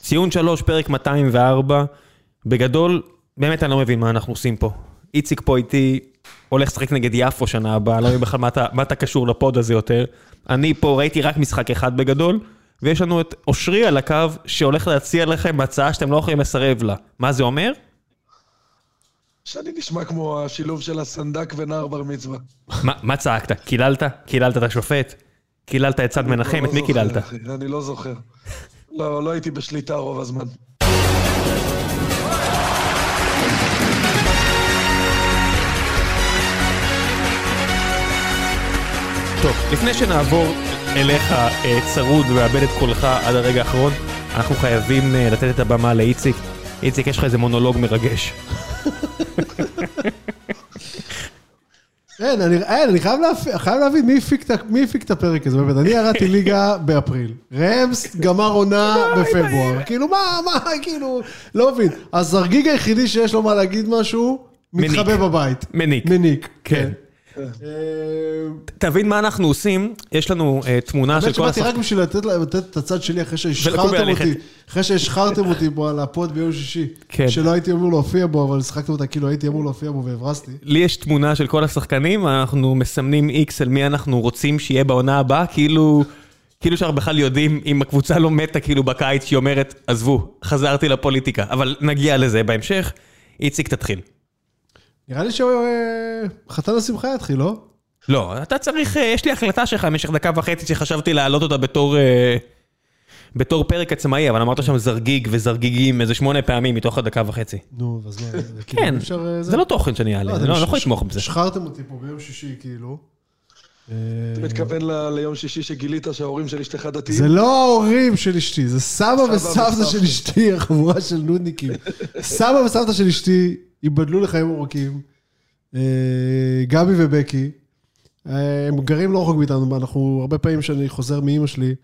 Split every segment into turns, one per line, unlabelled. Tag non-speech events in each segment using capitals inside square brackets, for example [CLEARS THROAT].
ציון 3, פרק 204. בגדול, באמת אני לא מבין מה אנחנו עושים פה. איציק פה איתי, הולך לשחק נגד יפו שנה הבאה, לא מבין בכלל מה אתה- מה אתה קשור לפוד הזה יותר. אני פה ראיתי רק משחק אחד בגדול, ויש לנו את אושרי על הקו, שהולך להציע לכם הצעה שאתם לא יכולים לסרב לה. מה זה אומר?
שאני נשמע כמו השילוב של הסנדק ונער בר מצווה.
מה, מה צעקת? קיללת? קיללת את השופט? קיללת את צד מנחם?
לא
את מי
זוכר,
קיללת?
אחי, אני לא זוכר. לא, לא הייתי בשליטה רוב הזמן.
טוב, לפני שנעבור אליך אה, צרוד ואבד את קולך עד הרגע האחרון, אנחנו חייבים אה, לתת את הבמה לאיציק. איציק, יש לך איזה מונולוג מרגש.
אין, אני, אין, אני חייב, להפ... חייב להבין מי הפיק, את ה- מי הפיק את הפרק הזה, באמת. אני ירדתי ליגה באפריל. רמס גמר עונה בפברואר. כאילו, מה, מה, כאילו, לא מבין. הזרגיג היחידי שיש לו מה להגיד משהו,
מניק.
מתחבא בבית.
מניק.
מניק,
כן.
כן. אה,
תבין מה אנחנו עושים, יש לנו אה, תמונה של
באמת
כל
שבאתי
השחק...
רק בשביל לתת לה- לתת את הצד שלי אחרי
ולקובי
שהשחרתם
ללכת.
אותי, אחרי שהשחרתם אותי פה על הפוד ביום שישי.
כן.
שלא הייתי אמור להופיע בו, אבל שחקתם אותה כאילו הייתי אמור להופיע בו והברזתי.
לי יש תמונה של כל השחקנים, אנחנו מסמנים איקס על מי אנחנו רוצים שיהיה בעונה הבאה, כאילו... כאילו שאנחנו בכלל יודעים אם הקבוצה לא מתה כאילו בקיץ, שהיא אומרת, עזבו, חזרתי לפוליטיקה. אבל נגיע לזה בהמשך. איציק, תתחיל.
נראה לי שחתן השמחה יתחיל, לא?
לא, אתה צריך, אה, יש לי החלטה שלך במשך דקה וחצי שחשבתי להעלות אותה בתור, אה, בתור פרק עצמאי, אבל אמרת שם זרגיג וזרגיגים איזה שמונה פעמים מתוך הדקה וחצי.
נו, אז מה,
[LAUGHS]
זה
כן,
כאילו אי כן, אפשר... אה,
זה לא תוכן שאני אעלה, אני
אתם
לא אני לא יכול
ש-
לתמוך בזה.
שחררתם אותי פה ביום שישי, כאילו. אה,
אתה מתכוון ל- ליום שישי שגילית שההורים של אשתך דתיים?
זה לא ההורים של אשתי, זה סבא
סבא
וסבתא
וסבתא.
של אשתי, [LAUGHS] החבורה של נודניקים. סבא וסבתא של אשתי ייבדלו לחיים ארוכים. אה, גבי ובקי, אה, הם גרים לא רחוק מאיתנו, אנחנו, הרבה פעמים כשאני חוזר מאימא שלי,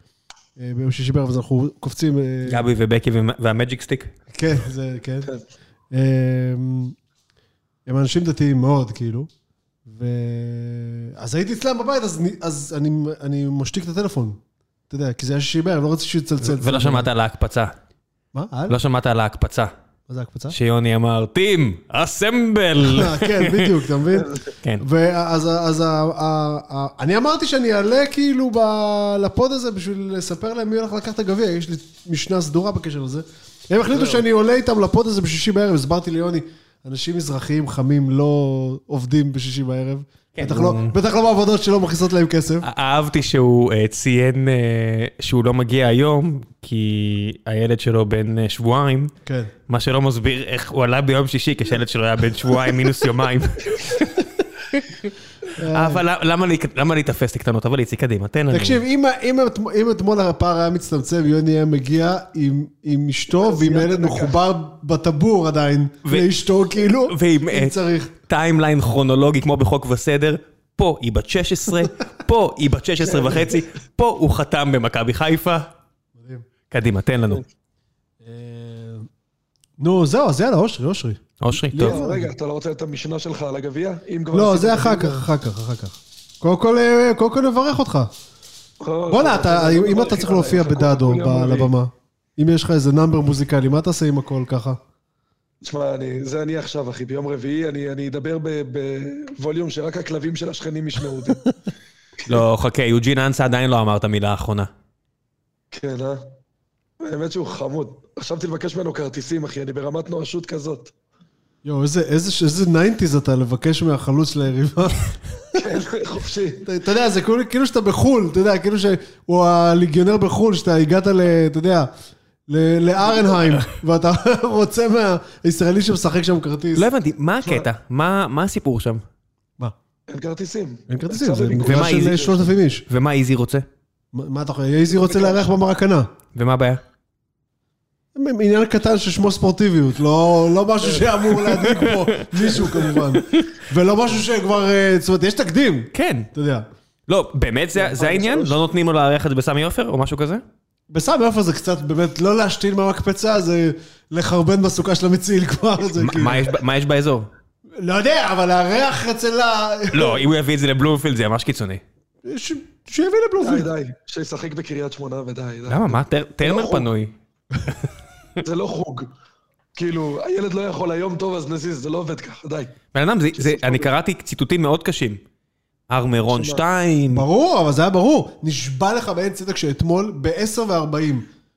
אה, ביום שישי בערב, אז אנחנו קופצים... אה,
גבי ובקי ומה- והמג'יק סטיק.
כן, זה, כן.
כן.
אמ, הם אנשים דתיים מאוד, כאילו. ו... אז הייתי אצלם בבית, אז, אני- אז אני, אני משתיק את הטלפון. אתה יודע, כי זה היה שישי בערב, לא רציתי שיצלצל.
ולא שמעת על ההקפצה.
מה? על?
לא שמעת על ההקפצה.
מה זה הקפצה?
שיוני אמר, טים, אסמבל.
[LAUGHS] אה, כן, בדיוק, אתה מבין?
כן.
ואז אז, ה- ה- ה- אני אמרתי שאני אעלה כאילו ב- לפוד הזה בשביל לספר להם מי הולך לקחת את הגביע, יש לי משנה סדורה בקשר לזה. הם החליטו שאני עולה איתם לפוד הזה בשישי בערב, הסברתי ליוני, אנשים מזרחיים חמים לא עובדים בשישי בערב.
כן,
בטח
הוא-
לא- בטח לא בעבודות שלא מכניסות להם כסף.
אה- אהבתי שהוא אה, ציין אה, שהוא לא מגיע היום, כי הילד שלו בן אה, שבועיים.
כן.
מה שלא מסביר איך הוא עלה ביום שישי כשילד שלו היה בן שבועיים מינוס יומיים. אבל למה להיק- למה להיתפס לקטנות? אבל איציק, קדימה, תן לנו.
אה. תקשיב, אם ה- אם את- אם אתמול הפער היה מצטמצם, יוני היה מגיע עם- עם אשתו ועם ילד מחובר בטבור עדיין
ו-
לאשתו, כאילו,
ועם, אה,
אם צריך.
טיימליין כרונולוגי כמו בחוק וסדר, פה היא בת 16, פה היא בת 16 וחצי, פה הוא חתם במכבי חיפה. קדימה, תן לנו.
נו, זהו, אז יאללה, אושרי, אושרי.
אושרי, טוב.
לא, רגע, אתה לא רוצה את המשנה שלך על הגביע? אם כבר...
לא,
עשית
זה
את
אחר כך, אחר כך, אחר כך. קודם כל, אה, קודם כל נברך אותך.
כל-
בואנה,
לא
אתה- אם אתה
מרחיב
צריך
עליי,
להופיע
חכו,
בדאדו
כולם
ב- על
אומרים.
הבמה, אם יש לך איזה נאמבר מוזיקלי, מה תעשה עם הכל ככה?
תשמע, אני- זה אני עכשיו, אחי, ביום רביעי, אני אני אדבר ב- בווליום שרק הכלבים של השכנים ישמעו
[LAUGHS]
אותי.
לא, חכה, יוג'ין אנסה עדיין לא אמר את המילה האחרונה.
כן, אה? האמת שהוא חמוד. חשבתי לבקש ממנו כרטיסים, אחי, אני ברמת נואשות כזאת.
יואו, איזה- איזה איזה ניינטיז אתה לבקש מהחלוץ ליריבה.
כן, [LAUGHS] חופשי.
אתה אתה יודע, זה כאילו כאילו שאתה בחו"ל, אתה יודע, כאילו שהוא הליגיונר בחו"ל, שאתה הגעת ל... אתה יודע, ל- לארנהיים, ואתה רוצה מהישראלי שמשחק שם כרטיס.
לא הבנתי, מה הקטע? מה מה הסיפור שם?
מה?
אין כרטיסים.
אין כרטיסים,
יצא
זה
לי
מקום. ומה,
מגרש של
איזי?
3,000 איש.
ומה איזי רוצה?
מה מה אתה חושב? איזי רוצה לארח במרקנה.
ומה הבעיה?
עניין קטן של שמו ספורטיביות, לא, לא משהו שאמור להדליק פה מישהו כמובן. ולא משהו שכבר, אה, זאת אומרת, יש תקדים,
כן.
אתה יודע.
לא, באמת זה- זה העניין? לא נותנים לו לארח את זה בסמי עופר או משהו כזה?
בסמי עופר זה קצת באמת לא להשתין מהמקפצה, זה לחרבן בסוכה של המציל כבר, זה
מה-
כאילו...
מה יש ב- מה יש באזור?
לא יודע, אבל לארח אצל ה...
לא, אם הוא יביא את זה לבלומפילד זה ממש קיצוני.
ש- שיביא
די,
לבלומפילד.
די, שישחק בקריית שמונה ודי, די.
למה? מה? טר- טרנר
הוא-
פנוי.
זה לא חוג. כאילו, הילד לא יכול היום, טוב, אז נזיז, זה לא עובד ככה, די.
בן אדם, זה- זה- אני קראתי ציטוטים מאוד קשים. הר מירון 2,
ברור, אבל זה היה ברור. נשבע לך באין צדק שאתמול, ב-10 ו-40,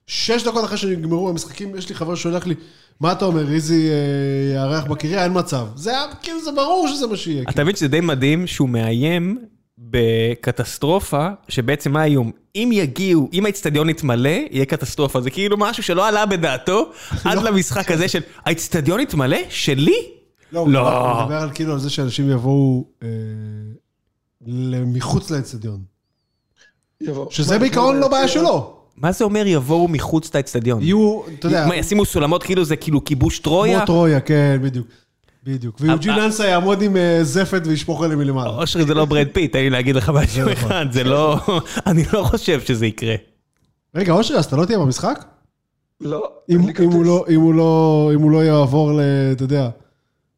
שש דקות אחרי שנגמרו המשחקים, יש לי חבר שהולך לי, מה אתה אומר, איזי אה, יארח בקריה, אין מצב. זה היה, כאילו, זה ברור שזה מה שיהיה.
אתה מבין שזה די מדהים שהוא מאיים בקטסטרופה, שבעצם מה האיום? אם יגיעו, אם האיצטדיון יתמלא, יהיה קטסטרופה. זה כאילו משהו שלא עלה
[LAUGHS]
בדעתו
לא.
עד למשחק הזה של האיצטדיון יתמלא? שלי?
הוא
לא.
מדבר- הוא מדבר על כאילו על זה שאנשים יבואו אה, מחוץ לאצטדיון.
יבוא.
שזה
מה,
בעיקרון
כמו
לא בעיה
ביציע,
שלו.
מה זה אומר יבואו מחוץ לאצטדיון?
יהיו, אתה יודע,
מה, ישימו סולמות כאילו זה כאילו כיבוש טרויה?
כמו טרויה, כן, בדיוק. בדיוק. ויוג'ין אנסה יעמוד עם אה, זפת וישפוך עליהם מלמעלה.
אושרי זה לא
[LAUGHS]
ברד פיט, תן לי להגיד לך משהו
נכון.
אחד, זה לא... [LAUGHS] אני לא חושב שזה יקרה.
רגע, אושרי, אז אתה לא תהיה במשחק?
לא,
אם
אין לי
אם
כרטיס.
הוא לא- אם הוא לא- אם הוא לא יעבור ל... אתה יודע,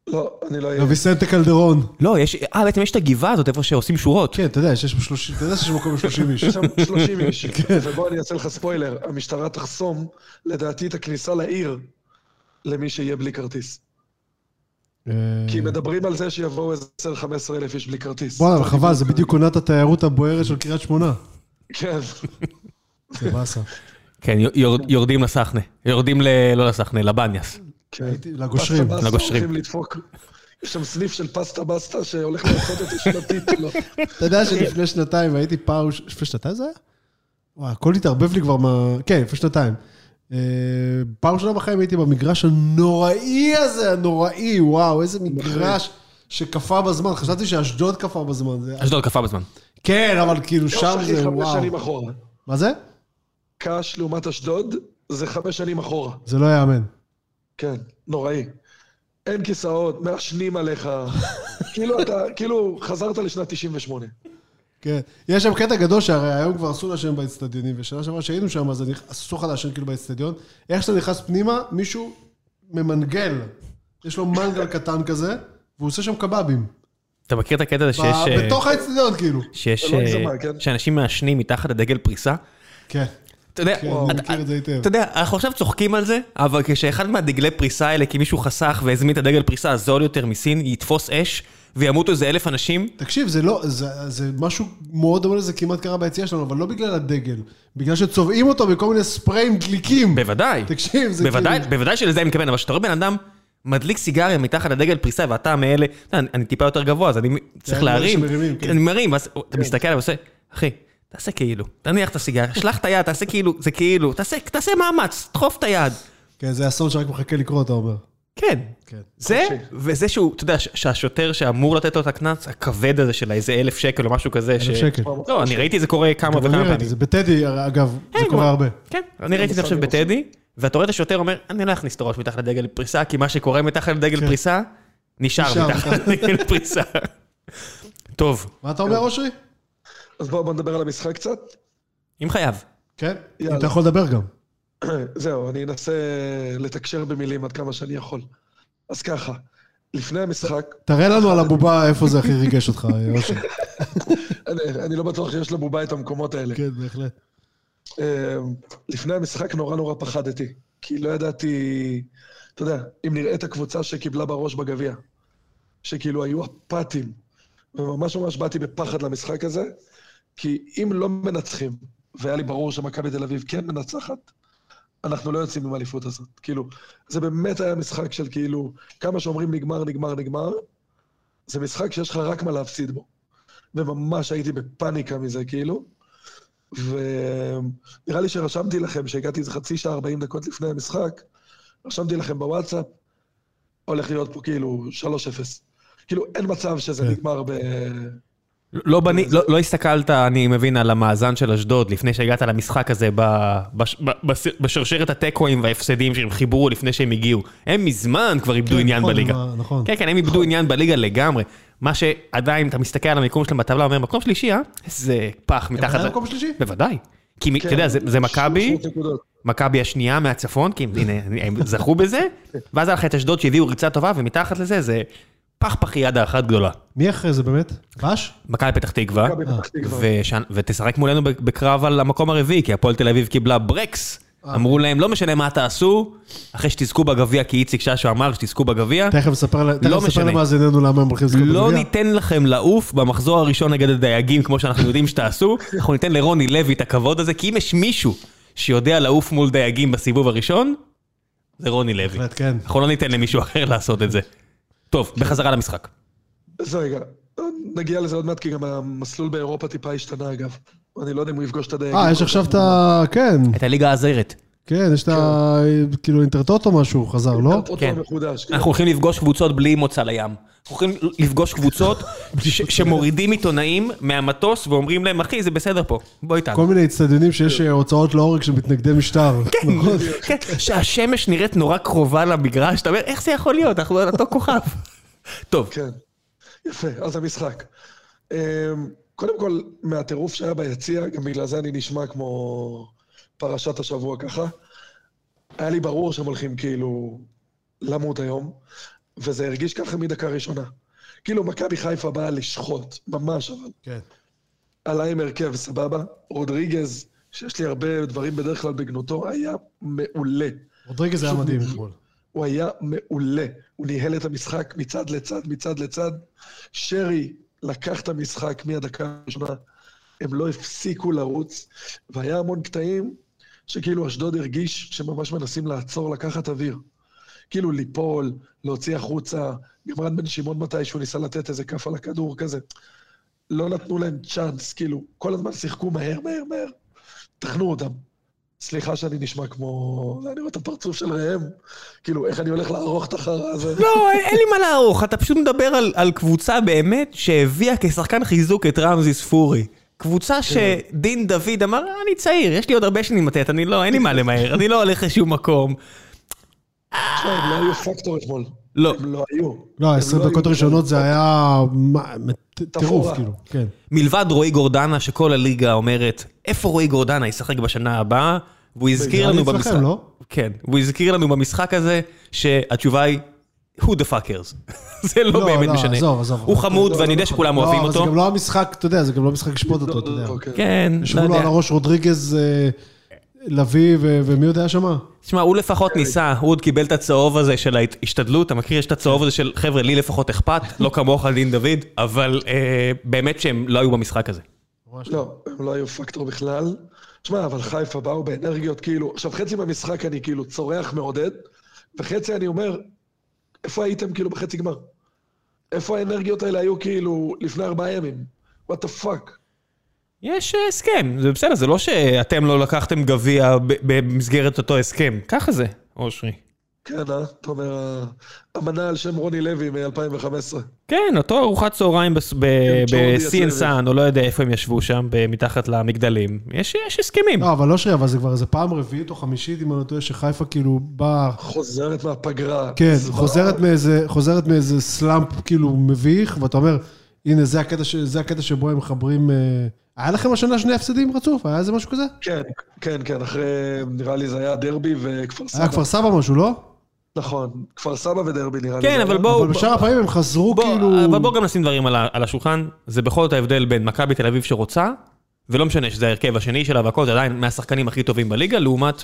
לא, אני לא אהיה.
לוויסנטה קלדרון.
לא, יש... אה, בעצם יש את הגבעה הזאת איפה שעושים שורות.
כן, אתה יודע, שיש בו 30 אתה יודע שיש מקום עם 30 [LAUGHS] איש.
יש שם 30 איש.
[LAUGHS] כן.
ובוא אני אעשה לך ספוילר, המשטרה תחסום, לדעתי, את הכניסה לעיר למי שיהיה בלי כרטיס.
אה,
כי מדברים על זה שיבואו איזה 10-15 אלף איש בלי כרטיס.
בואנה, חבל, זה בדיוק עונת התיירות הבוערת של קריית שמונה.
כן.
זה באסה.
כן, יור- יורדים לסחנה. יורדים ל... לא לסחנה, לבניאס.
כן.
[LAUGHS] הייתי- לגושרים.
פסטה בסטה
לגושרים.
הולכים לדפוק. יש שם סניף של פסטה בסטה שהולך לעשות את לא. השנתית
[LAUGHS]
שלו.
אתה יודע שלפני שנתיים הייתי פעם, ש- לפני שנתיים זה היה? וואי, הכל התערבב לי כבר מה... כן, לפני שנתיים. אה, פעם ראשונה בחיים הייתי במגרש הנוראי הזה, הנוראי, וואו, איזה מגרש שקפא בזמן. חשבתי שאשדוד קפא בזמן. זה-
אשדוד קפה בזמן.
כן, אבל כאילו שם
לא, אחי,
זה
חמש
וואו.
שנים אחורה.
מה זה?
קאש לעומת אשדוד זה חמש שנים אחורה.
זה לא יאמן.
כן, נוראי. אין כיסאות, מעשנים
[LAUGHS]
עליך. כאילו אתה, כאילו חזרת לשנת 98.
כן. יש שם קטע גדול שהרי היום כבר אסור לעשן באצטדיונים, ושנה שעברה שהיינו שם, אז אני- אסור לך לעשן כאילו באצטדיון. איך שאתה נכנס פנימה, מישהו ממנגל. יש לו מנגל קטן כזה, והוא עושה שם קבבים.
אתה מכיר את הקטע הזה
ב-
שיש... אה,
בתוך האצטדיון כאילו.
שיש...
זה לא
אה,
הגזמה, כן?
שאנשים מעשנים מתחת לדגל פריסה?
כן,
אתה יודע,
כן, אני
אתה-
מכיר את זה היטב.
אתה יודע, אנחנו עכשיו צוחקים על זה, אבל כשאחד מהדגלי פריסה האלה, כי מישהו חסך והזמין את הדגל פריסה הזול יותר מסין, יתפוס אש, וימותו איזה אלף אנשים,
תקשיב, זה לא, זה, זה משהו מאוד דומה לזה כמעט קרה ביציאה שלנו, אבל לא בגלל הדגל. בגלל שצובעים אותו בכל מיני ספריים דליקים.
בוודאי.
תקשיב, זה
בוודאי,
כאילו-
בוודאי שלזה אני מתכוון, אבל כשאתה רואה בן אדם מדליק סיגריה מתחת לדגל פריסה, ואתה מאלה, אתה יודע, אני, אני טיפה יותר גבוה, אז אני צריך
כן, אני מאלה
להרים.
שמרימים, כן.
אני מרים, ואז אתה מסתכל עליו ועושה, אחי, תעשה כאילו, תניח את הסיגריה, שלח את היד, תעשה כאילו, זה כאילו, תעשה, תעשה מאמץ, דחוף את היד.
כן, זה אסון שרק מחכה לקרות, אתה אומר.
כן.
כן.
זה,
חופשי.
וזה שהוא, אתה יודע, ש- שהשוטר שאמור לתת לו את הקנס, הכבד הזה של איזה אלף שקל או משהו כזה. ש-
שקל.
לא,
אוקיי.
אני ראיתי זה קורה כמה
אבל אני
וכמה
ראיתי,
פעמים.
זה בטדי, אגב, זה
כן,
קורה
כמו-
הרבה.
כן, אני ראיתי את זה עכשיו
בסדר,
בטדי, ואתה רואה את השוטר אומר, אני לא אכניס את הראש מתחת לדגל פריסה, כי מה שקורה מתחת לדגל פריסה, נשאר
נשאר
מתחת לדגל פריסה. טוב,
מה אתה אומר, אושרי?
אז בואו בוא נדבר על המשחק קצת. [CLEARS THROAT]
אם חייב.
כן?
יאללה.
אתה יכול לדבר גם.
זהו, אני אנסה לתקשר במילים עד כמה שאני יכול. אז ככה, לפני המשחק,
תראה לנו על הבובה איפה זה הכי ריגש אותך, אה, אושר.
אני, אני לא בטוח שיש לבובה את המקומות האלה.
[LAUGHS] כן, בהחלט.
אה, לפני המשחק נורא נורא פחדתי, כי לא ידעתי, אתה יודע, אם נראה את הקבוצה שקיבלה בראש בגביע, שכאילו היו אפאתים, וממש ממש באתי בפחד למשחק הזה, כי אם לא מנצחים, והיה לי ברור שמכבי תל אביב כן מנצחת, אנחנו לא יוצאים עם האליפות הזאת. כאילו, זה באמת היה משחק של כאילו, כמה שאומרים נגמר, נגמר, נגמר, זה משחק שיש לך רק מה להפסיד בו. וממש הייתי בפאניקה מזה, כאילו. ונראה לי שרשמתי לכם, שהגעתי איזה חצי שעה, 40 דקות לפני המשחק, רשמתי לכם בוואטסאפ, הולך להיות פה כאילו 3-0. כאילו, אין מצב שזה
כן.
נגמר ב...
לא בני- לא- לא הסתכלת, אני מבין, על המאזן של אשדוד לפני שהגעת למשחק הזה ב- בש- ב- בש- בשרשרת התיקואים וההפסדים שהם חיברו לפני שהם הגיעו. הם מזמן כבר איבדו עניין
נכון,
בליגה.
מה- נכון.
כן, כן, הם איבדו עניין בליגה לגמרי. מה שעדיין, אתה מסתכל על המיקום שלהם בטבלה, אומר, מקום שלישי, אה? איזה פח מתחת...
עדיין
ל-
מקום שלישי?
בוודאי. כי מי- אתה יודע, זה זה מכבי,
300 כן, נקודות.
מכבי השנייה מהצפון, כי הם- הנה, הם זכו בזה, ואז היה לך את אשדוד שהביאו ריצה טובה, ומתחת לזה זה פח פחיאדה אחת גדולה.
מי אחרי זה באמת? בש?
מכבי פתח תקווה,
מכבי פתח תקווה.
וש- ותשחק מולנו בקרב על המקום הרביעי, כי הפועל תל אביב קיבלה ברקס אמרו להם, לא משנה מה תעשו, אחרי שתזכו בגביע, כי איציק ששו אמר שתזכו בגביע,
תכף נספר ל- תכף
לא
נספר
משנה.
למאזיננו למה הם הולכים לזכות
לא
בגביע.
ניתן לכם לעוף במחזור הראשון נגד הדייגים, כמו שאנחנו יודעים שתעשו. אנחנו ניתן לרוני לוי את הכבוד הזה, כי אם יש מישהו שיודע לעוף מול דייגים בסיבוב הראשון, זה רוני לוי.
בהחלט, כן.
אנחנו לא ניתן למישהו אחר לעשות את זה. טוב, בחזרה למשחק.
אז רגע, נגיע לזה עוד מעט, כי גם המסלול באירופה טיפה השתנה, אגב. אני לא יודע אם הוא יפגוש את הדייגים.
אה, יש עכשיו את ה... כן,
את הליגה הזרת.
כן, יש את ה... כאילו אינטרטוטו משהו, חזר, לא?
אותו
כן.
מחודש, כן.
אנחנו הולכים לפגוש קבוצות בלי מוצא לים. אנחנו הולכים לפגוש קבוצות ש- שמורידים עיתונאים מהמטוס ואומרים להם, אחי, זה בסדר פה, בוא איתנו.
כל מיני אצטדיונים שיש אה, הוצאות להורג של מתנגדי משטר.
[LAUGHS]
נכון.
כן, כן, שהשמש נראית נורא קרובה למגרש, אתה אומר, איך זה יכול להיות? אנחנו על אותו כוכב. טוב,
כן. יפה, אז המשחק. אמ, קודם כל, מהטירוף שהיה ביציע, גם בגלל זה אני נשמע כמו פרשת השבוע ככה. היה לי ברור שהם הולכים כאילו למות היום, וזה הרגיש ככה מדקה ראשונה. כאילו, מכבי חיפה באה לשחוט, ממש, אבל
כן.
עלה עם הרכב, סבבה. רודריגז, שיש לי הרבה דברים בדרך כלל בגנותו, היה מעולה.
רודריגז היה מדהים אתמול.
הוא היה מעולה. הוא ניהל את המשחק מצד לצד, מצד לצד. שרי לקח את המשחק מהדקה הראשונה, הם לא הפסיקו לרוץ, והיה המון קטעים שכאילו אשדוד הרגיש שממש מנסים לעצור, לקחת אוויר. כאילו ליפול, להוציא החוצה, גם רן בן שמעון מתישהו ניסה לתת איזה כף על הכדור כזה. לא נתנו להם צ'אנס, כאילו, כל הזמן שיחקו מהר, מהר, מהר. תחנו אותם. סליחה שאני נשמע כמו... אני רואה את הפרצוף של ראם, כאילו, איך אני הולך לערוך את החרא הזה.
לא, אין- אין לי מה לערוך, אתה פשוט מדבר על- על קבוצה באמת שהביאה כשחקן חיזוק את רמזי ספורי. קבוצה שדין דוד אמר, אני צעיר, יש לי עוד הרבה שנים לתת, אני לא, אין לי מה למהר, אני לא הולך לשום מקום.
תשמע, הם לא היו פקטור אתמול.
לא.
הם לא היו.
לא,
הם
20
היו.
דקות ראשונות זה היה מה, מט- טירוף,
אה.
תפאורה.
כאילו, כן.
מלבד רועי גורדנה, שכל הליגה אומרת, איפה רועי גורדנה ישחק בשנה הבאה? והוא הזכיר
נראה
לנו
לי אצלכם,
במשחק...
לא?
כן, הוא הזכיר לנו במשחק הזה, שהתשובה היא, who the fuckers. [LAUGHS] זה לא,
לא,
באמת
לא,
משנה.
עזוב, עזוב.
הוא חמוד,
לא,
ואני
לא,
יודע
לא,
שכולם
לא,
אוהבים
אבל זה
אותו.
גם לא המשחק, אתה יודע, זה גם לא המשחק לשפוט אותו, אתה יודע.
אוקיי.
כן, לא
ישבו לו
יודע.
על הראש רודריגז, אה, לביא, ו- ומי עוד היה שמה?
תשמע, הוא לפחות ניסה, הוא עוד קיבל את הצהוב הזה של ההשתדלות, אתה מכיר? יש את הצהוב הזה של, חבר'ה, לי לפחות אכפת, לא כמוך, דין דוד, אבל אה, באמת שהם לא היו במשחק הזה.
לא, הם לא היו פקטור בכלל. שמע, אבל חיפה באו באנרגיות, כאילו... עכשיו, חצי מהמשחק אני כאילו צורח מעודד, וחצי אני אומר, איפה הייתם כאילו בחצי גמר? איפה האנרגיות האלה היו כאילו לפני ארבעה ימים? וואט דה פאק.
יש אה, הסכם, זה בסדר, זה לא שאתם לא לקחתם גביע ב- במסגרת אותו הסכם. ככה זה, אושרי.
כן, אה? אתה אומר, ה- אמנה על שם רוני לוי מ-2015.
כן, אותו ארוחת צהריים בס- ב-
ג'ורדי
ב-CNSN, או לא יודע איפה הם ישבו שם, ב- מתחת למגדלים. יש יש הסכמים.
לא, אבל לא שרי, אבל זה כבר איזה פעם רביעית או חמישית, אם אני לא טועה, שחיפה כאילו באה...
חוזרת מהפגרה.
כן,
זוועה.
חוזרת מאיזה, חוזרת מאיזה סלאמפ כאילו מביך, ואתה אומר, הנה, זה הקטע, ש, זה הקטע שבו הם מחברים... אה, היה לכם השנה שני הפסדים רצוף? היה איזה משהו כזה?
כן, כן, כן, אחרי, נראה לי זה היה דרבי וכפר סבא.
היה כפר סבא משהו, לא?
נכון, כפר סבא ודרבי נראה לי.
כן,
זה
אבל
היה.
בואו...
אבל בשאר הפעמים הם חזרו
בוא,
כאילו...
אבל בוא גם נשים דברים על, ה- על השולחן, זה בכל זאת ההבדל בין מכבי תל אביב שרוצה, ולא משנה שזה ההרכב השני שלה והכל, זה עדיין מהשחקנים הכי טובים בליגה, לעומת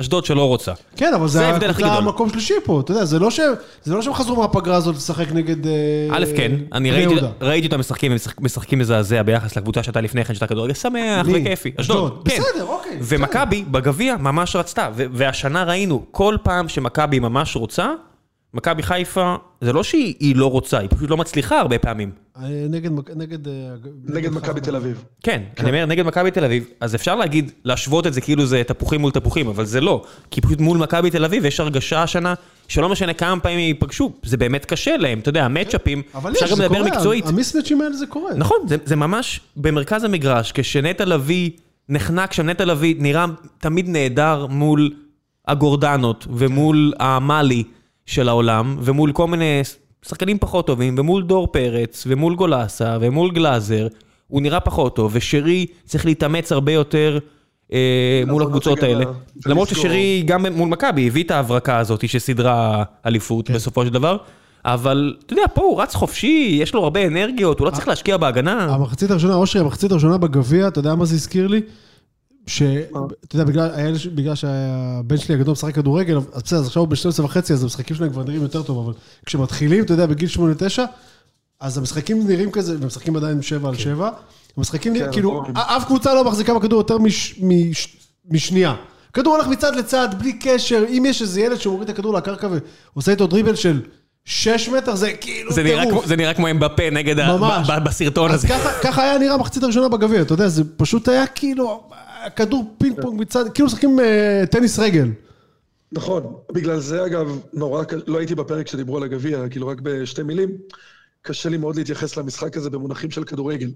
אשדוד שלא רוצה.
כן, אבל
זה
זה
ההבדל הכי
היה
גדול.
מקום שלישי פה, אתה יודע, זה לא שהם, זה לא שהם חזרו מהפגרה הזאת לשחק נגד... אה,
א', כן, אני
בני
ראיתי,
יהודה.
ראיתי אותם משחקים, הם משחק- משחקים מזעזע ביחס לקבוצה שהייתה לפני כן, שהייתה כדורגל שמח
מי?
וכיפי.
אשדוד.
אשדוד, כן.
בסדר, אוקיי, בסדר.
ומכבי בגביע ממש רצתה, ו- והשנה ראינו, כל פעם שמכבי ממש רוצה, מכבי חיפה, זה לא שהיא היא לא רוצה, היא פשוט לא מצליחה הרבה פעמים.
אה, נגד... מק- נגד, אה,
נגד מכבי
חיפה.
תל אביב.
כן, אני אומר נגד מכבי תל אביב, אז אפשר להגיד, להשוות את זה כאילו זה תפוחים מול תפוחים, אבל זה לא. כי פשוט מול מכבי תל אביב יש הרגשה השנה, שלא משנה כמה פעמים ייפגשו, זה באמת קשה להם, אתה יודע, המצ'אפים,
אבל
אפשר
יש,
גם
זה
לדבר
קורה,
מקצועית.
המיסמצ'ים האלה זה קורה.
נכון, זה, זה ממש במרכז המגרש, כשנטע לביא נחנק שם, נטע לביא נראה תמיד נהדר מול הגורדנות ומול המאלי של העולם, ומול כל מיני שחקנים פחות טובים, ומול דור פרץ, ומול גולסה, ומול גלאזר, הוא נראה פחות טוב, ושרי צריך להתאמץ הרבה יותר. אה, מול
לעבוד
הקבוצות
הגנה,
האלה.
ולסגור.
למרות ששרי גם מול מכבי הביא את ההברקה הזאת שסידרה אליפות
כן.
בסופו של דבר, אבל אתה יודע, פה הוא רץ חופשי, יש לו הרבה
אה,
אנרגיות, הוא לא צריך להשקיע בהגנה.
המחצית הראשונה, אושרי, המחצית הראשונה בגביע, אתה יודע מה זה הזכיר לי? ש... אתה יודע, בגלל, היה, לי- בגלל שהבן שלי הגדול משחק כדורגל, אז בסדר, אז עכשיו הוא בן 12 וחצי, אז המשחקים שלהם כבר נראים יותר טוב, אבל כשמתחילים, אתה יודע, בגיל 8-9, אז המשחקים נראים כזה, והם משחקים עדיין 7 על 7, המשחקים נראים,
כן,
כאילו,
ברור.
א- אף קבוצה לא מחזיקה בכדור יותר מש, מש, משנייה. כדור הולך מצד לצד, בלי קשר, אם יש איזה ילד שמוריד את הכדור לקרקע ועושה איתו דריבל של 6 מטר, זה כאילו
זה נראה כמו- זה נראה כמו אמבפה נגד ה-
ממש.
ב- ב- בסרטון הזה.
אז ככה- ככה היה נראה המחצית הראשונה בגביע, אתה יודע, זה פשוט היה כאילו, כדור פינג פונג מצד, כאילו משחקים אה, טניס רגל.
נכון, בגלל זה אגב, נורא, ק- לא הייתי בפרק שדיברו על הגביע, כאילו רק בשתי מילים, קשה לי מאוד להתייחס למשחק הזה במונחים של כדורגל.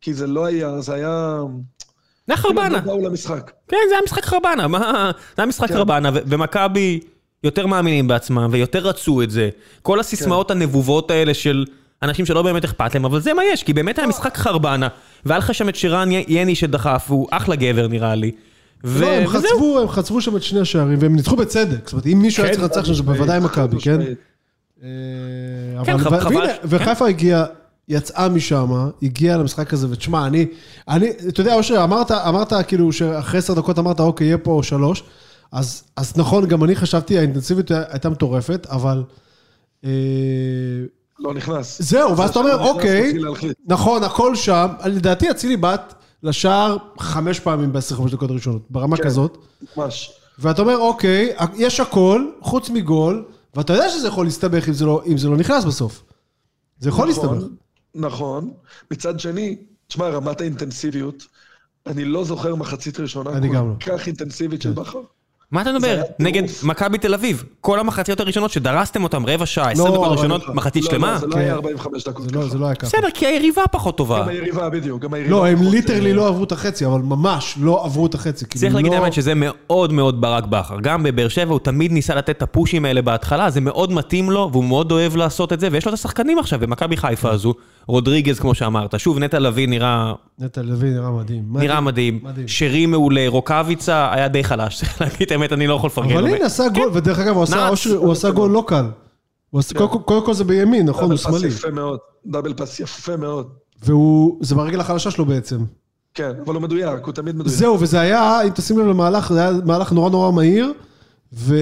כי זה לא היה, זה היה... כאילו,
זה היה
כאילו,
חרבנה.
לא באו למשחק.
כן, זה היה משחק חרבנה. מה... זה היה משחק
כן.
חרבנה, ו- ומכבי יותר מאמינים בעצמם ויותר רצו את זה. כל
כן.
הסיסמאות הנבובות האלה של אנשים שלא באמת אכפת להם, אבל זה מה יש, כי באמת היה
אה.
משחק חרבנה. והיה לך שם את שרן י- יני שדחף, הוא אחלה גבר נראה לי. ו-
לא, הם
וזהו.
חצבו, הם חצבו שם את שני השערים, והם ניצחו בצדק. זאת אומרת, אם מישהו היה
כן,
צריך לנצח שם, זה בוודאי מכבי, כן?
משמעית.
אה,
כן,
אבל-
חב-
והנה,
חבל-
וחיפה הגיעה, יצאה משם, הגיעה למשחק הזה, ותשמע, אני, אני, אתה יודע, אושר, אמרת, אמרת כאילו שאחרי עשר דקות אמרת, אוקיי, יהיה פה שלוש, אז, אז נכון, גם אני חשבתי, האינטנסיביות הייתה מטורפת, אבל... אה,
לא נכנס.
כן? זהו, ואז אתה אומר,
נכנס,
אוקיי,
מתחיל להלחיץ.
נכון, הכל שם. לדעתי אצילי בעט לשער חמש פעמים ב-25 דקות הראשונות, ברמה
כן.
כזאת.
ממש.
ואתה אומר, אוקיי, יש הכל, חוץ מגול, ואתה יודע שזה יכול להסתבך אם זה לא, אם זה לא נכנס בסוף. זה יכול
נכון,
להסתבך.
נכון. מצד שני, תשמע, רמת האינטנסיביות, אני לא זוכר מחצית ראשונה
אני גם לא. כן.
כל כך אינטנסיבית של בכר.
מה אתה
זה
מדבר?
היה
נגד
טירוף.
מכבי תל אביב. כל המחציות הראשונות שדרסתם אותם רבע שעה, עשרים דקות
אבל-
ראשונות, מחצית
לא,
שלמה.
לא, זה לא
כן.
היה 45 דקות
זה
ככה.
לא, זה לא היה ככה.
בסדר, כי היריבה פחות טובה.
גם היריבה, בדיוק, גם היריבה.
לא, הם
פחות,
ליטרלי
אה,
לא עברו את החצי, אבל ממש לא עברו את החצי. כאילו,
צריך להגיד
לא-
האמת שזה מאוד מאוד ברק בכר. גם בבאר שבע הוא תמיד ניסה לתת את הפושים האלה בהתחלה, זה מאוד מתאים לו, והוא מאוד אוהב לעשות את זה, ויש לו את השחקנים עכשיו במכבי חיפה הזו. רודריגז, כמו שאמרת. שוב, נטע לביא נראה,
נטע לביא נראה מדהים.
נראה מדהים.
מדהים.
שרי מעולה, רוקאביצה היה די חלש, [LAUGHS] צריך להגיד את האמת, אני לא יכול לפרגן.
אבל
לו.
הנה, עשה גול,
כן.
ודרך אגב, הוא עשה
נעץ.
אושר- הוא עשה גול לא קל. הוא עשה- קודם כל- קודם כל זה בימין, נכון?
דאבל
הוא
פס
שמאלי.
כן. יפה מאוד, דאבל פס יפה מאוד.
והוא, זה ברגל החלשה שלו בעצם.
כן, אבל הוא מדויק, הוא תמיד מדויק.
זהו, וזה היה, אם תשים לב למהלך, זה היה מהלך נורא נורא מהיר, וזה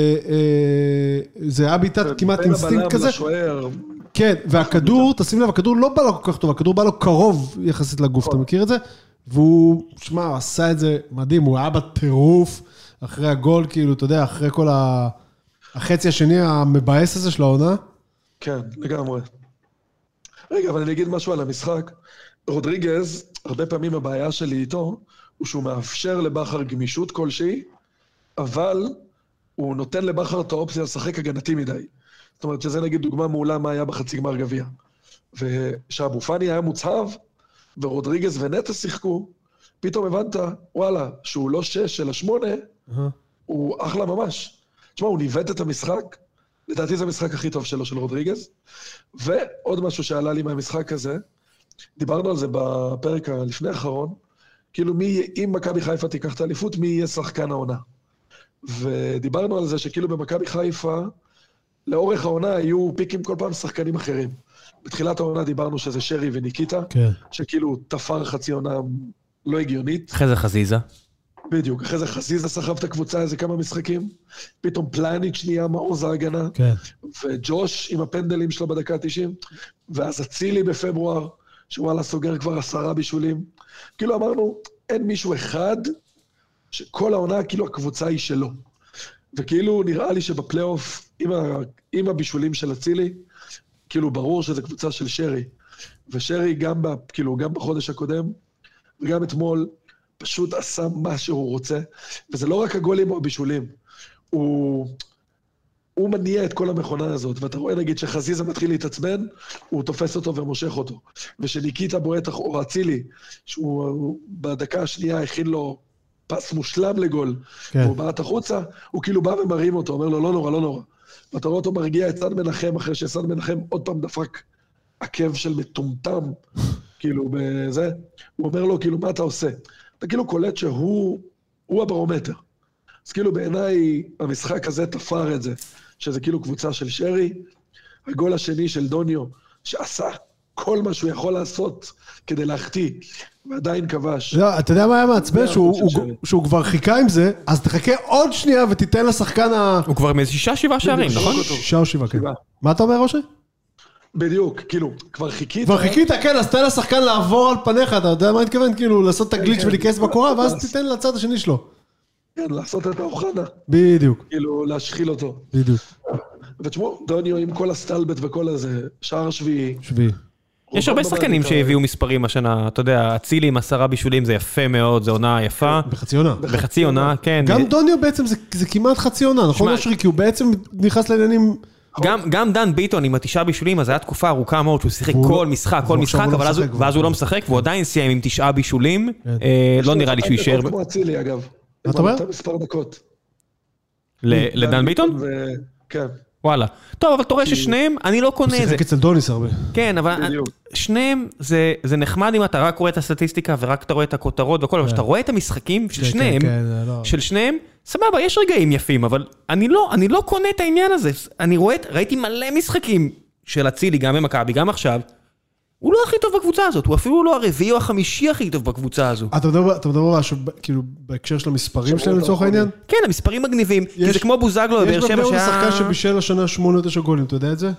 היה בעיטת כמעט
בין
אינסטינקט
הבלם
כזה.
לשוער,
כן, והכדור, תשים לב, הכדור לא בא לו כל כך טוב, הכדור בא לו קרוב יחסית לגוף, אתה מכיר את זה? והוא, שמע, הוא עשה את זה מדהים, הוא היה בטירוף אחרי הגול, כאילו, אתה יודע, אחרי כל ה... החצי השני המבאס הזה של העונה.
כן, לגמרי. רגע, אבל אני אגיד משהו על המשחק. רודריגז, הרבה פעמים הבעיה שלי איתו, הוא שהוא מאפשר לבכר גמישות כלשהי, אבל הוא נותן לבכר את האופציה לשחק הגנתי מדי. זאת אומרת, שזה נגיד דוגמה מעולה מה היה בחצי גמר גביע. ושאבו פאני היה מוצהב, ורודריגז ונטע שיחקו, פתאום הבנת, וואלה, שהוא לא שש, אלא שמונה, הוא אחלה ממש. תשמע, הוא ניווט את המשחק, לדעתי זה המשחק הכי טוב שלו, של רודריגז. ועוד משהו שעלה לי מהמשחק הזה, דיברנו על זה בפרק הלפני האחרון, כאילו מי, יהיה- אם מכבי חיפה תיקח את האליפות, מי יהיה שחקן העונה. ודיברנו על זה שכאילו במכבי חיפה, לאורך העונה היו פיקים כל פעם שחקנים אחרים. בתחילת העונה דיברנו שזה שרי וניקיטה,
כן.
שכאילו תפר חצי עונה לא הגיונית.
אחרי זה חזיזה.
בדיוק, אחרי זה חזיזה סחב את הקבוצה איזה כמה משחקים, פתאום פלניץ' נהיה מעוז ההגנה,
כן.
וג'וש עם הפנדלים שלו בדקה ה-90, ואז אצילי בפברואר, שוואלה סוגר כבר עשרה בישולים. כאילו אמרנו, אין מישהו אחד שכל העונה, כאילו הקבוצה היא שלו. וכאילו נראה לי שבפלייאוף, עם, ה... עם הבישולים של אצילי, כאילו ברור שזו קבוצה של שרי. ושרי גם, ב... כאילו, גם בחודש הקודם, וגם אתמול, פשוט עשה מה שהוא רוצה. וזה לא רק הגולים או הבישולים, הוא... הוא מניע את כל המכונה הזאת, ואתה רואה נגיד שחזיזה מתחיל להתעצבן, הוא תופס אותו ומושך אותו. ושניקיטה בועט, אח- או אצילי, שהוא הוא בדקה השנייה הכין לו פס מושלם לגול,
כן.
כן. והוא בעט החוצה, הוא כאילו בא ומרים אותו, אומר לו, לא נורא, לא נורא. ואתה רואה אותו מרגיע את סעד מנחם, אחרי שסעד מנחם עוד פעם דפק עקב של מטומטם, כאילו, בזה. הוא אומר לו, כאילו, מה אתה עושה? אתה כאילו קולט שהוא הוא הברומטר. אז כאילו בעיניי המשחק הזה תפר את זה, שזה כאילו קבוצה של שרי, הגול השני של דוניו, שעשה כל מה שהוא יכול לעשות כדי להחטיא, ועדיין כבש.
לא, אתה יודע מה היה מעצבן?
זה
שהוא-
החושים
הוא-
שלי.
שהוא כבר חיכה עם זה, אז תחכה עוד שנייה ותיתן לשחקן ה...
הוא כבר מאיזה שישה,
לא,
שבעה שערים, נכון?
שישה או שבעה, כן.
שבעה.
מה אתה אומר, אושר?
בדיוק, כאילו, כבר חיכית,
כבר חיכית, כן, אז תן לשחקן לעבור על פניך, אתה יודע מה התכוון? כאילו, לעשות את הגליץ'
כן.
ולהיכנס בקורה,
[LAUGHS]
ואז
אז-
תיתן לצד השני שלו.
כן, לעשות את האוחנה,
בדיוק,
כאילו, להשחיל אותו.
בדיוק.
ותשמעו, דוניו עם כל הסטלבט וכל הזה, שער שביעי.
שביעי.
יש הרבה
רובם
שחקנים
בבית ה-
שהביאו מספרים השנה, אתה יודע, אצילי עם עשרה בישולים זה יפה מאוד, זו עונה
[LAUGHS]
אה.
יפה.
בחצי עונה.
בחצי עונה, כן.
גם דוניו בעצם זה- זה כמעט חצי עונה, נכון
שמע-
אושרי? כי הוא בעצם נכנס לעניינים...
גם, גם דן ביטון עם התשעה בישולים, אז הייתה תקופה ארוכה מאוד שהוא שיחק
והוא
כל
לא-
משחק, כל
והוא עכשיו
משחק,
הוא לא
אבל אז הוא-
משחק כבר. כן.
ואז הוא לא משחק, והוא עדיין סיים עם תשעה בישולים. אה, לא נראה לי שהוא
[LAUGHS]
יישאר ב-
כמו אצילי, אגב.
מה אתה אומר?
אתה מספר דקות.
ל- לדן
[LAUGHS]
ביטון?
ו- כן.
וואלה. טוב, אבל אתה רואה ששניהם, אני לא
הוא
קונה את זה.
שיחק אצל דוניס הרבה.
כן, אבל
בדיוק.
שניהם, זה, זה נחמד אם אתה רק רואה את הסטטיסטיקה ורק אתה רואה את הכותרות והכל, אבל כשאתה רואה את המשחקים של
כן,
שניהם,
כן, זה לא-
של שניהם, סבבה, יש רגעים יפים, אבל אני לא, אני לא קונה את העניין הזה. אני רואה, את- ראיתי מלא משחקים של אצילי, גם במכבי, גם עכשיו. הוא לא הכי טוב בקבוצה הזאת, הוא אפילו לא הרביעי או החמישי הכי טוב בקבוצה הזו.
אתה מדבר, אתה מדבר משהו, כאילו, בהקשר של המספרים שלהם
שמרו
לצורך
דרכונים.
העניין?
כן, המספרים מגניבים, כי
יש-
זה כמו בוזגלו
יש
בבאר לא, שבע
בבני
שהיה...
שחקן שבישל השנה 8 או 9 גולים, אתה יודע את זה?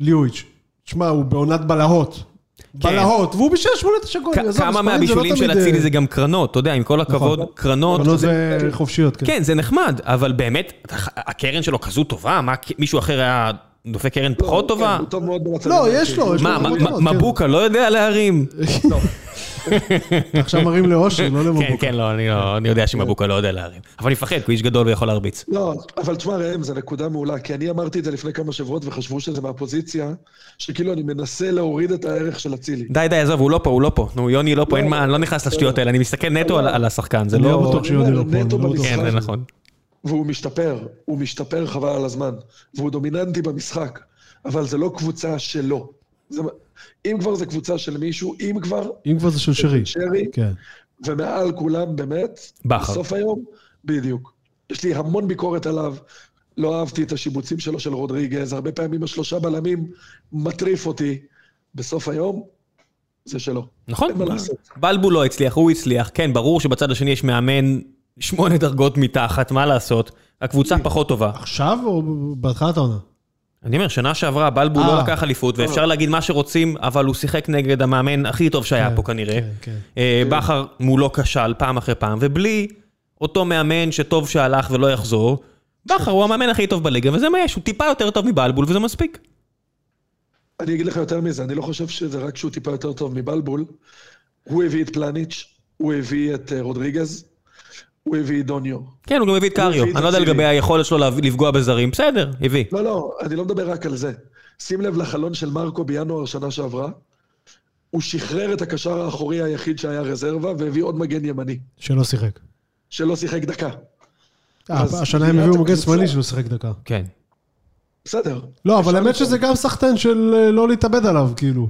ליאויץ'. תשמע, הוא בעונת בלהות. בלהות, והוא בישל 8 או 9 גולים.
כן. כ-
עזוב,
כמה
מספרים זה לא
מהבישולים של
תמיד, אה, נכון. לא
אצילי זה גם קרנות, אתה יודע, עם כל הכבוד, קרנות...
קרנות
זה-
וחופשיות, כן.
כן, זה נחמד, אבל באמת, הקרן שלו כזו טובה? מה, מישהו אחר היה דופק קרן פחות
לא,
טובה?
כן, הוא טוב מאוד במצבים.
לא, יש לו, יש לו
מה,
קרנות
מ-
טובות,
מ-
כן.
מבוקה לא יודע להרים?
עכשיו מראים לאושר, לא
[LAUGHS] כן,
למבוקה.
כן, לא, אני לא, אני יודע שמבוקה לא יודע להרים. אבל אני מפחד, כי הוא איש גדול ויכול להרביץ.
לא, אבל תשמע, ראם, זו נקודה מעולה, כי אני אמרתי את זה לפני כמה שבועות וחשבו שזה מהפוזיציה, שכאילו אני מנסה להוריד את הערך של אצילי.
די, די, עזוב, הוא לא פה, הוא לא פה. נו, יוני לא פה, אין מה, אני לא נכנס לשטויות האלה, אני מסתכל נטו על- על השחקן, זה
אני לא
לא...
בטוח שיוני לא פה, אני
נטו
לא בטוח.
במשחק.
כן, זה נכון.
והוא משתפר, הוא משתפר חבל על הזמן, והוא דומיננטי במשחק, אבל זה לא קבוצה שלו. זה... אם כבר זה קבוצה של מישהו, אם כבר,
אם כבר זה של שרי.
שרי,
כן.
ומעל כולם, באמת,
בכר.
בסוף היום, בדיוק. יש לי המון ביקורת עליו, לא אהבתי את השיבוצים שלו של רודריגז, הרבה פעמים השלושה בלמים מטריף אותי, בסוף היום, זה שלו.
נכון?
אין מה לעשות.
בלבול לא הצליח, הוא הצליח. כן, ברור שבצד השני יש מאמן שמונה דרגות מתחת, מה לעשות? הקבוצה פחות טובה.
עכשיו או בהתחלת העונה?
אני אומר, שנה שעברה בלבול
אה.
לא לקח אליפות, ואפשר להגיד מה שרוצים, אבל הוא שיחק נגד המאמן הכי טוב שהיה
כן,
פה כנראה.
כן, כן.
אה, בכר מולו כשל פעם אחרי פעם, ובלי אותו מאמן שטוב שהלך ולא יחזור, בכר הוא המאמן הכי טוב בליגה, וזה מה יש, הוא טיפה יותר טוב מבלבול, וזה מספיק.
אני אגיד לך יותר מזה, אני לא חושב שזה רק שהוא טיפה יותר טוב מבלבול. הוא הביא את פלניץ', הוא הביא את אה, רודריגז, הוא הביא את דוניו.
כן, הוא גם הביא את
הוא
קריו.
הביא את
אני לא יודע
אצילי.
לגבי היכולת שלו להב- לפגוע בזרים, בסדר, הביא.
לא, לא, אני לא מדבר רק על זה. שים לב לחלון של מרקו בינואר שנה שעברה. הוא שחרר את הקשר האחורי היחיד שהיה רזרבה, והביא עוד מגן ימני,
שלא שיחק.
שלא שיחק דקה.
אה,
אז
השנה הם
בניית
הביאו מגן
הקבוצה-
שמאלי שלא שיחק דקה.
כן.
בסדר.
לא, אבל
אפשר
האמת שזה גם סחטן של אה, לא להתאבד עליו, כאילו.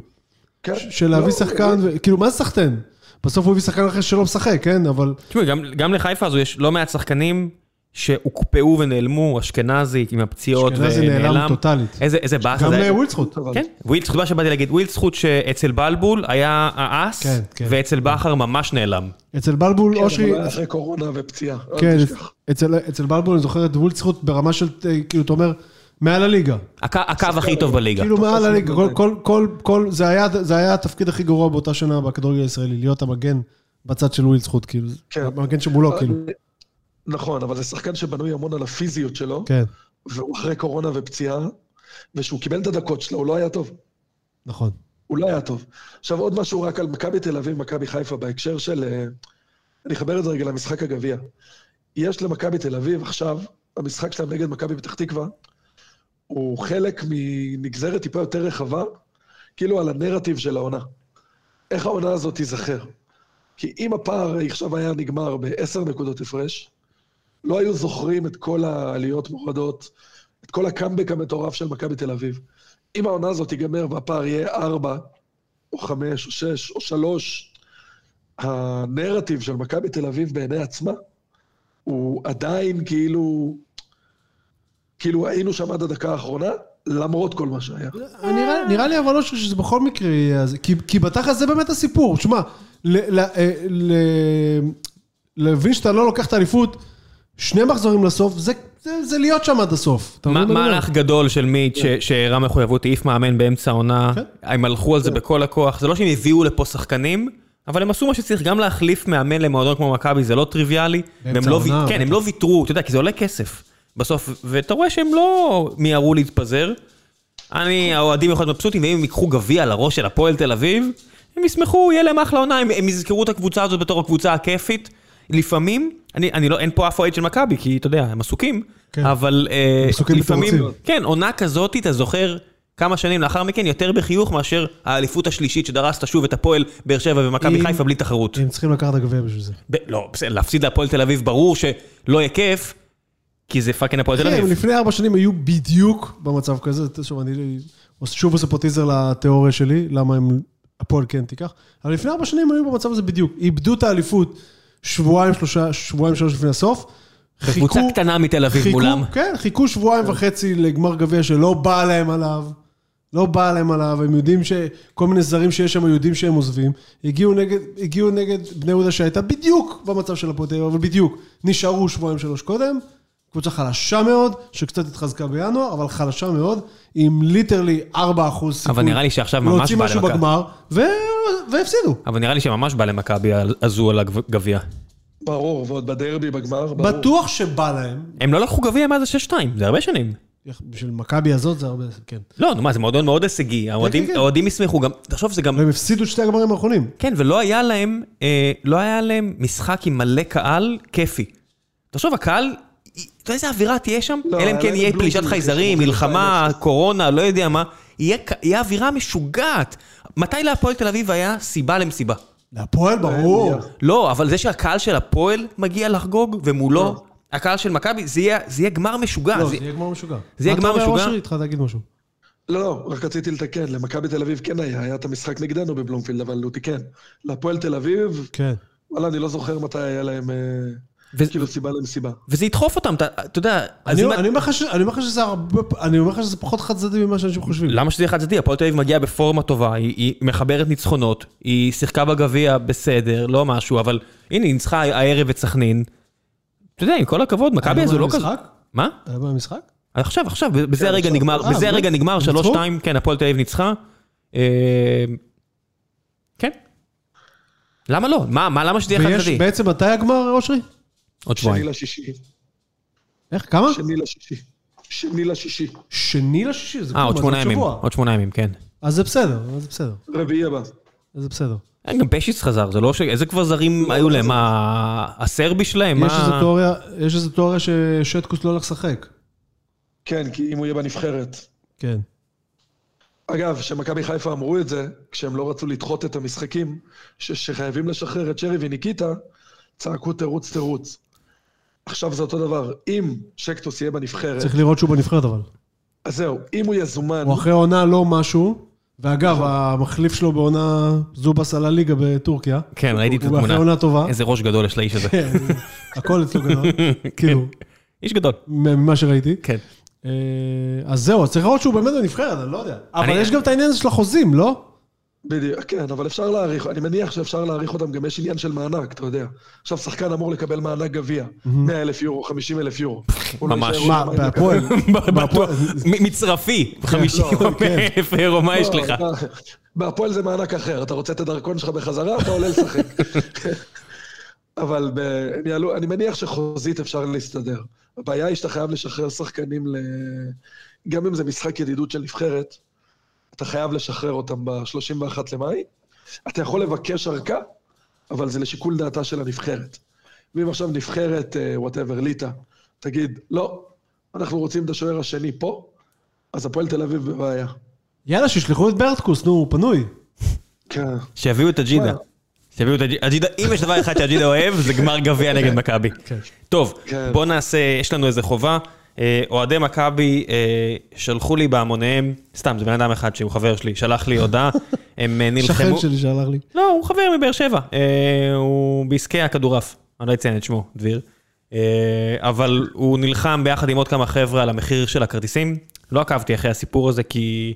כן.
ש- של להביא
לא,
שחקן, ו- כאילו, מה זה סחטן? בסוף הוא הביא שחקן אחר שלא משחק, כן? אבל...
תשמעו, גם, גם לחיפה הזו יש לא מעט שחקנים שהוקפאו ונעלמו, אשכנזי עם הפציעות ונעלם.
אשכנזי נעלם טוטאלית.
איזה, איזה באסה
גם
זה היה.
ווילצחוט.
אבל-
כן, ווילד זכות, מה שבאתי להגיד, ווילד זכות שאצל בלבול היה האס,
כן, כן.
ואצל בכר ממש נעלם.
אצל בלבול,
כן,
אושרי...
אבל אחרי קורונה ופציעה. אל
כן,
תשכח.
אצל- אצל בלבול אני זוכר את ווילצחוט ברמה של, אה, כאילו, אתה אומר, מעל הליגה.
הק- הקו הכי טוב בליגה.
כאילו מעל
תופס
הליגה, כל,
מגן.
כל, כל, כל, זה היה, זה היה התפקיד הכי גרוע באותה שנה בכדורגל הישראלי, להיות המגן בצד של ווילד זכות, כאילו,
כן.
המגן שמולו, כאילו,
אה, נכון, אבל זה שחקן שבנוי המון על הפיזיות שלו.
כן,
והוא אחרי קורונה ופציעה, ושהוא קיבל את הדקות שלו, הוא לא היה טוב.
נכון.
הוא לא היה טוב. עכשיו, עוד משהו רק על מכבי תל אביב, מכבי חיפה, בהקשר של... אה, אני אחבר את זה רגע למשחק הגביע. יש למכבי תל אביב עכשיו, המשחק שלהם נגד מכבי פתח תקווה, הוא חלק מנגזרת טיפה יותר רחבה, כאילו על הנרטיב של העונה. איך העונה הזאת תיזכר? כי אם הפער עכשיו היה נגמר בעשר נקודות הפרש, לא היו זוכרים את כל העליות מורדות, את כל הקאמבק המטורף של מכבי תל אביב. אם העונה הזאת תיגמר והפער יהיה ארבע, או חמש, או שש, או שלוש, הנרטיב של מכבי תל אביב בעיני עצמה, הוא עדיין כאילו... כאילו היינו שם עד הדקה האחרונה, למרות כל מה שהיה.
נראה, נראה לי אבל לא ש- שזה בכל מקרה יהיה, אז- כי, כי בתכל'ס זה באמת הסיפור. תשמע, ל- ל- אה, ל- להבין שאתה לא לוקח את האליפות שני מחזורים לסוף, זה, זה, זה להיות שם עד הסוף. אתה
מה-
מבין מה אני אומר?
מהלך גדול של מיט ש- שהראה מחויבות, העיף מאמן באמצע העונה,
כן.
הם הלכו על זה בכל הכוח, זה לא שהם הביאו לפה שחקנים, אבל הם עשו מה שצריך, גם להחליף מאמן למועדון כמו מכבי זה לא טריוויאלי, והם לא
העונה,
ו- כן, הם
בטח.
לא ויתרו, אתה יודע, כי זה עולה כסף בסוף, ואתה רואה שהם לא מיהרו להתפזר. אני, האוהדים יכולים להיות מבסוטים, ואם הם ייקחו גביע על הראש של הפועל תל אביב, הם ישמחו, יהיה להם אחלה עונה, הם, הם יזכרו את הקבוצה הזאת בתור הקבוצה הכיפית. לפעמים, אני, אני לא, אין פה אף אוהד של מכבי, כי אתה יודע, הם עסוקים,
כן.
כן. אבל אה,
עסוקים
לפעמים,
בתירוצים.
כן, עונה כזאת, אתה זוכר כמה שנים לאחר מכן, יותר בחיוך מאשר האליפות השלישית שדרסת שוב את הפועל באר שבע ומכבי
אם-
חיפה בלי תחרות.
הם צריכים לקחת את הגביע בשביל זה.
ב- לא, בסדר, להפסיד להפועל תל אביב, ברור שלא יהיה כיף, כי זה פאקינג הפועל תל
כן, הם
אביב.
לפני ארבע שנים היו בדיוק במצב כזה. אתה יודע, שוב, אני שוב עושה פה טיזר לתיאוריה שלי, למה הם, הפועל כן תיקח. אבל לפני ארבע שנים היו במצב הזה בדיוק. איבדו את האליפות שבועיים, שלושה, שבועיים, שלוש לפני הסוף.
בקבוצה
חיכו-
קטנה מתל אביב
חיכו-
מולם.
כן, חיכו שבועיים וחצי לגמר גביע שלא בא להם עליו. לא בא להם עליו, הם יודעים שכל מיני זרים שיש שם, יודעים שהם עוזבים. הגיעו נגד, הגיעו נגד בני יהודה שהייתה בדיוק במצב של הפועל תל אביב, אבל בדיוק. נשארו שבועיים שלוש קודם, קבוצה חלשה מאוד, שקצת התחזקה בינואר, אבל חלשה מאוד, עם ליטרלי 4% סיכוי.
אבל נראה לי שעכשיו ממש
להוציא
בא
משהו
למכבי.
בגמר, ו... והפסידו.
אבל נראה לי שממש בא למכבי על- הזו על הגביע.
ברור, ועוד בדרבי, בגמר, ברור.
בטוח שבא להם,
הם לא לקחו גביע מאז ה-6-2, זה הרבה שנים.
בשביל מכבי הזאת זה הרבה, כן.
לא, נו מה, זה מועדון מאוד הישגי, האוהדים
כן, כן.
האוהדים ישמחו גם, תחשוב, זה גם...
והם הפסידו את שתי הגמרים האחרונים.
כן, ולא היה להם, אה, לא היה להם משחק עם מלא קהל כיפי. תחשוב, הקהל, אתה יודע איזה אווירה תהיה שם?
לא,
אלא אם
היה
כן
להם
יהיה
בלוזים
פלישת
כיפים,
חייזרים,
בלוזים
מלחמה, קורונה, לא יודע מה. יהיה ק- יהיה אווירה משוגעת. מתי להפועל תל אביב היה סיבה למסיבה?
להפועל, ברור.
אין לי-
לא, אבל זה שהקהל של הפועל מגיע לחגוג, ומולו הקהל של מכבי, זה יהיה זה יהיה גמר משוגע.
לא,
אה, זה-
זה יהיה גמר משוגע.
זה יהיה גמר
אתה אומר,
משוגע?
אושרי, התחלת להגיד משהו.
לא, לא, רק רציתי לתקן, למכבי תל אביב כן היה, היה את המשחק נגדנו בבלומפילד, אבל הוא תיקן. להפועל תל אביב,
כן.
וואלה, אני לא זוכר מתי היה להם, אה,
ו-
כאילו סיבה למסיבה.
וזה ידחוף אותם, אתה אתה יודע... אז
אני
אם-
אני אומר לך ש- אני אומר לך שזה הרבה... פ- אני אומר לך שזה פחות חד צדדי ממה שאנשים חושבים.
למה שזה יהיה חד צדדי? הפועל תל אביב מגיעה בפורמה טובה, היא, היא מחברת ניצחונות, היא שיחקה בגביע בסדר, לא משהו, אבל הנה, היא ניצחה הערב את סכנין. אתה יודע, עם כל הכבוד, מכבי
היה
הזו לא כזה...
במשחק?
מה?
היה במשחק?
עכשיו, עכשיו, ב- בזה הרגע
עכשיו.
נגמר,
אה,
בזה
באמת?
הרגע נגמר,
ניצחו?
3-2, כן, הפועל תל אביב ניצחה. אה, כן. למה לא? מה, מה, למה שזה יהיה חד
ויש
צדדי?
בעצם מתי הגמר, אושרי?
עוד
שני
שבועיים.
לשישי,
איך? כמה?
שני לשישי, שני לשישי,
שני לשישי, זה
אה, עוד
כלום,
שמונה
אז
ימים,
שבוע.
עוד שמונה ימים, כן.
אז זה בסדר, אז זה בסדר.
רביעי הבא.
אז זה בסדר.
אה, גם פשיץ חזר, זה לא ש... איזה כבר זרים היו להם? מה, הסרבי שלהם?
לא, יש
מה-
איזו תיאוריה- יש איזו תיאוריה ששטקוס לא הולך לשחק.
כן, כי אם הוא יהיה בנבחרת.
כן.
אגב, כשמכבי חיפה אמרו את זה, כשהם לא רצו לדחות את המשחקים, ש- שחייבים לשחרר את שרי וניקיטה, צעקו תירוץ תירוץ. עכשיו זה אותו דבר, אם שקטוס יהיה בנבחרת,
צריך לראות שהוא בנבחרת אבל.
אז זהו, אם הוא יזומן,
הוא אחרי עונה לא משהו. ואגב, המחליף שלו בעונה זובס על הליגה בטורקיה.
כן, ראיתי את
הוא אחרי
התמונה.
עונה טובה.
איזה ראש גדול יש לאיש הזה.
כן, הכל אצלו גדול,
[LAUGHS]
כאילו,
איש גדול.
ממה שראיתי.
[LAUGHS] כן.
אה, אז זהו, אז צריך לראות שהוא באמת בנבחרת, אני לא יודע. אבל
אני-
יש גם את העניין הזה של החוזים, לא?
בדיוק, כן, אבל אפשר להעריך, אני מניח שאפשר להעריך אותם, גם יש עניין של מענק, אתה יודע. עכשיו שחקן אמור לקבל מענק גביע,
Mm-hmm.
100 אלף יורו, 50 אלף יורו. הוא לא
ממש.
יישאר
מה,
עוד יומיים
בהפועל?
לקבל.
בטוח. מ- מצרפי, 50
כן.
אלף אירו, מה יש
לא,
לך?
אתה- בהפועל זה מענק אחר, אתה רוצה את הדרכון שלך בחזרה, אתה עולה לשחק. [LAUGHS] אבל ב... הם יעלו, אני מניח שחוזית אפשר להסתדר. הבעיה היא שאתה חייב לשחרר שחקנים ל... גם אם זה משחק ידידות של נבחרת, אתה חייב לשחרר אותם ב-31 למאי. אתה יכול לבקש ארכה, אבל זה לשיקול דעתה של הנבחרת. ואם עכשיו נבחרת, וואטאבר, ליטא, תגיד, לא, אנחנו רוצים את השוער השני פה, אז הפועל תל אביב בבעיה.
יאללה, שישלחו את ברטקוס, נו, הוא פנוי.
כן.
שיביאו את הג'ידה. שיביאו את הג'ידה. הג'ידה, אם יש דבר אחד שהג'ידה אוהב, זה גמר גביע נגד מכבי.
כן.
טוב,
כן.
בוא נעשה, יש לנו איזה חובה. אה, אוהדי מכבי אה, שלחו לי בהמוניהם, סתם, זה בן אדם אחד שהוא חבר שלי, שלח לי הודעה, הם אה, נלחמו.
שכן שלי שהלך לי.
לא, הוא חבר מבאר שבע. אה, הוא בעסקי הכדורעף. אני לא אציין את שמו, דביר. אה, אבל הוא נלחם ביחד עם עוד כמה חבר'ה על המחיר של הכרטיסים. לא עקבתי אחרי הסיפור הזה, כי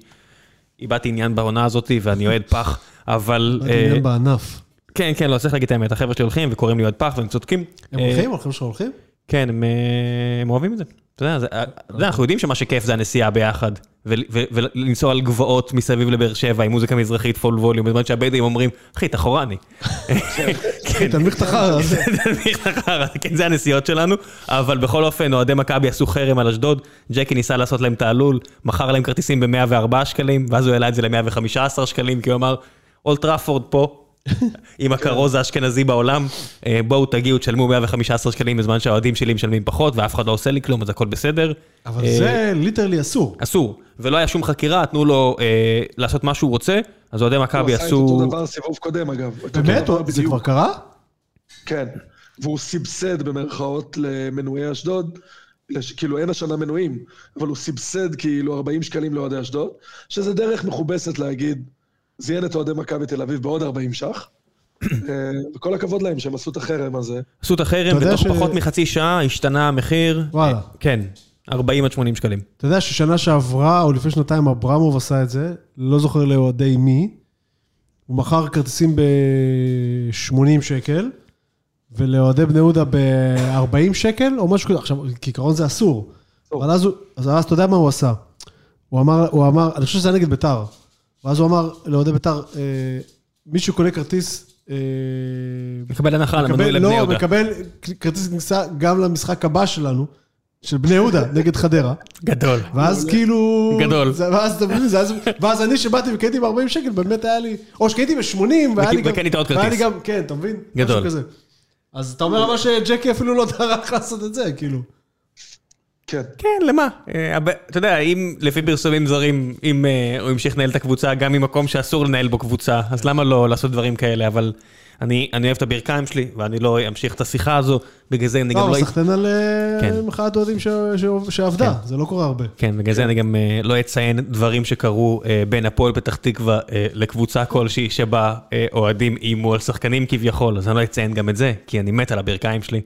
איבדתי עניין בעונה הזאת, ואני אוהד פח, אבל...
רק
אה,
עניין בענף.
כן, כן, לא, צריך להגיד את האמת, החבר'ה שלי הולכים וקוראים לי אוהד פח, והם צודקים.
הם
אה,
הולכים? הולכים שלך הולכים?
כן, הם, אה, הם אוהבים את זה. אתה יודע, זה- אה, אתה יודע, אנחנו יודעים שמה שכיף זה הנסיעה ביחד, ול- ו- ולנסוע על גבעות מסביב לבאר שבע עם מוזיקה מזרחית פול ווליום, בזמן שהבדואים אומרים, אחי, אתה חורני. כן,
תנמיך את
[LAUGHS]
החרא הזה.
תנמיך את החרא, כן, זה הנסיעות שלנו, אבל בכל אופן, אוהדי מכבי עשו חרם על אשדוד, ג'קי ניסה לעשות להם תעלול, מכר להם כרטיסים ב-104 שקלים, ואז הוא העלה את זה ל-115 שקלים, כי הוא אמר, אולט טראפורד פה, עם הכרוז האשכנזי בעולם, אה, בואו תגיעו, תשלמו 115 שקלים בזמן שהאוהדים שלי משלמים פחות, ואף אחד לא עושה לי כלום, אז הכל בסדר.
אבל
אה,
זה ליטרלי אסור.
אסור, ולא היה שום חקירה, תנו לו אה, לעשות מה שהוא רוצה, אז אוהדי
הוא
מכבי
עשה את אותו
עשו...
דבר סיבוב קודם, אגב. אותו
באמת?
דבר
זה
בדיוק.
כבר קרה?
כן, והוא סבסד במרכאות למנויי אשדוד, לש- כאילו אין השנה מנויים, אבל הוא סבסד כאילו 40 שקלים לאוהדי אשדוד, שזה דרך מכובסת להגיד, זיין את אוהדי מכבי תל אביב בעוד 40 ש"ח, אה, וכל הכבוד להם שהם עשו את החרם הזה.
עשו את החרם,
אתה יודע
בתוך
ש-
פחות מחצי שעה השתנה המחיר.
וואלה.
כן, 40 עד 80 שקלים.
אתה יודע ששנה שעברה, או לפני שנתיים, אברמוב עשה את זה, לא זוכר לאוהדי מי. הוא מכר כרטיסים ב-80 שקל, ולאוהדי בני יהודה ב-40 שקל, או משהו כזה. עכשיו, כעיקרון זה אסור.
אסור.
אבל אז, הוא- אז אז אתה יודע מה הוא עשה. הוא אמר, הוא אמר, אני חושב שזה היה נגד ביתר. ואז הוא אמר לאוהדי ביתר, אה, מי שקונה כרטיס... אה,
מקבל הנחה על המנוי
מקבל,
לבני
לא,
יהודה.
מקבל כרטיס כניסה גם למשחק הבא שלנו, של בני יהודה, נגד חדרה.
גדול.
ואז כאילו...
גדול.
זה- ואז אתה מבין, זה היה- ואז אני שבאתי וקניתי ב-40 שקל, באמת היה לי... או שקניתי ב-80, והיה לי גם...
וקנית עוד
והיה לי
כרטיס.
גם, כן, אתה מבין?
גדול.
משהו כזה. אז אתה אומר ממש שג'קי אפילו לא טרח לעשות את זה, כאילו.
כן.
כן, למה? אה, הב- אתה יודע, אם לפי פרסומים זרים, אם אה, הוא המשיך לנהל את הקבוצה גם ממקום שאסור לנהל בו קבוצה,
כן.
אז למה לא לעשות דברים כאלה? אבל אני אני אוהב את הברכיים שלי, ואני לא אמשיך את השיחה הזו, בגלל זה אני
לא,
גם לא...
אבל סחטיין על אה,
כן.
מחאת אוהדים ש- ש- שעבדה, זה לא קורה הרבה.
כן, בגלל זה אני גם אה, לא אציין דברים שקרו אה, בין הפועל פתח תקווה אה, לקבוצה כלשהי שבה אה, אוהדים איימו על שחקנים כביכול, אז אני לא אציין גם את זה, כי אני מת על הברכיים שלי.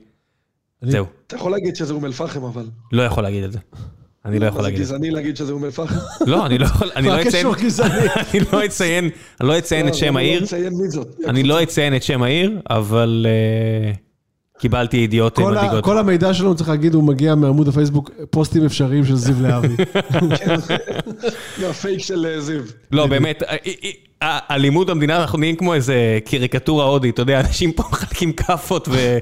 אני-
זהו,
אתה יכול להגיד שזה אום אל-פחם, אבל.
לא יכול להגיד את זה. אני לא יכול
אבל
להגיד את
זה
זה.
גזעני להגיד שזה אום אל-פחם.
לא, אני לא יכול, אני
מה
לא
הקשר
אציין...
הגזעני?
[LAUGHS] אני לא אציין, אני לא אציין את שם
אני לא
העיר,
מציין מי זאת. [LAUGHS]
אני לא אציין את שם העיר, אבל אה, קיבלתי ידיעות אה,
כל ה-
מדאיגות.
כל המידע שלנו, צריך להגיד, הוא מגיע מעמוד הפייסבוק, פוסטים אפשריים של זיו
[LAUGHS]
להבי.
זה הפייק של אה, זיו.
לא, באמת, אה, אה, אה, הלימוד המדינה, אנחנו נהיים כמו איזה קריקטורה הודית, אתה יודע, אנשים פה מחלקים כאפות ו-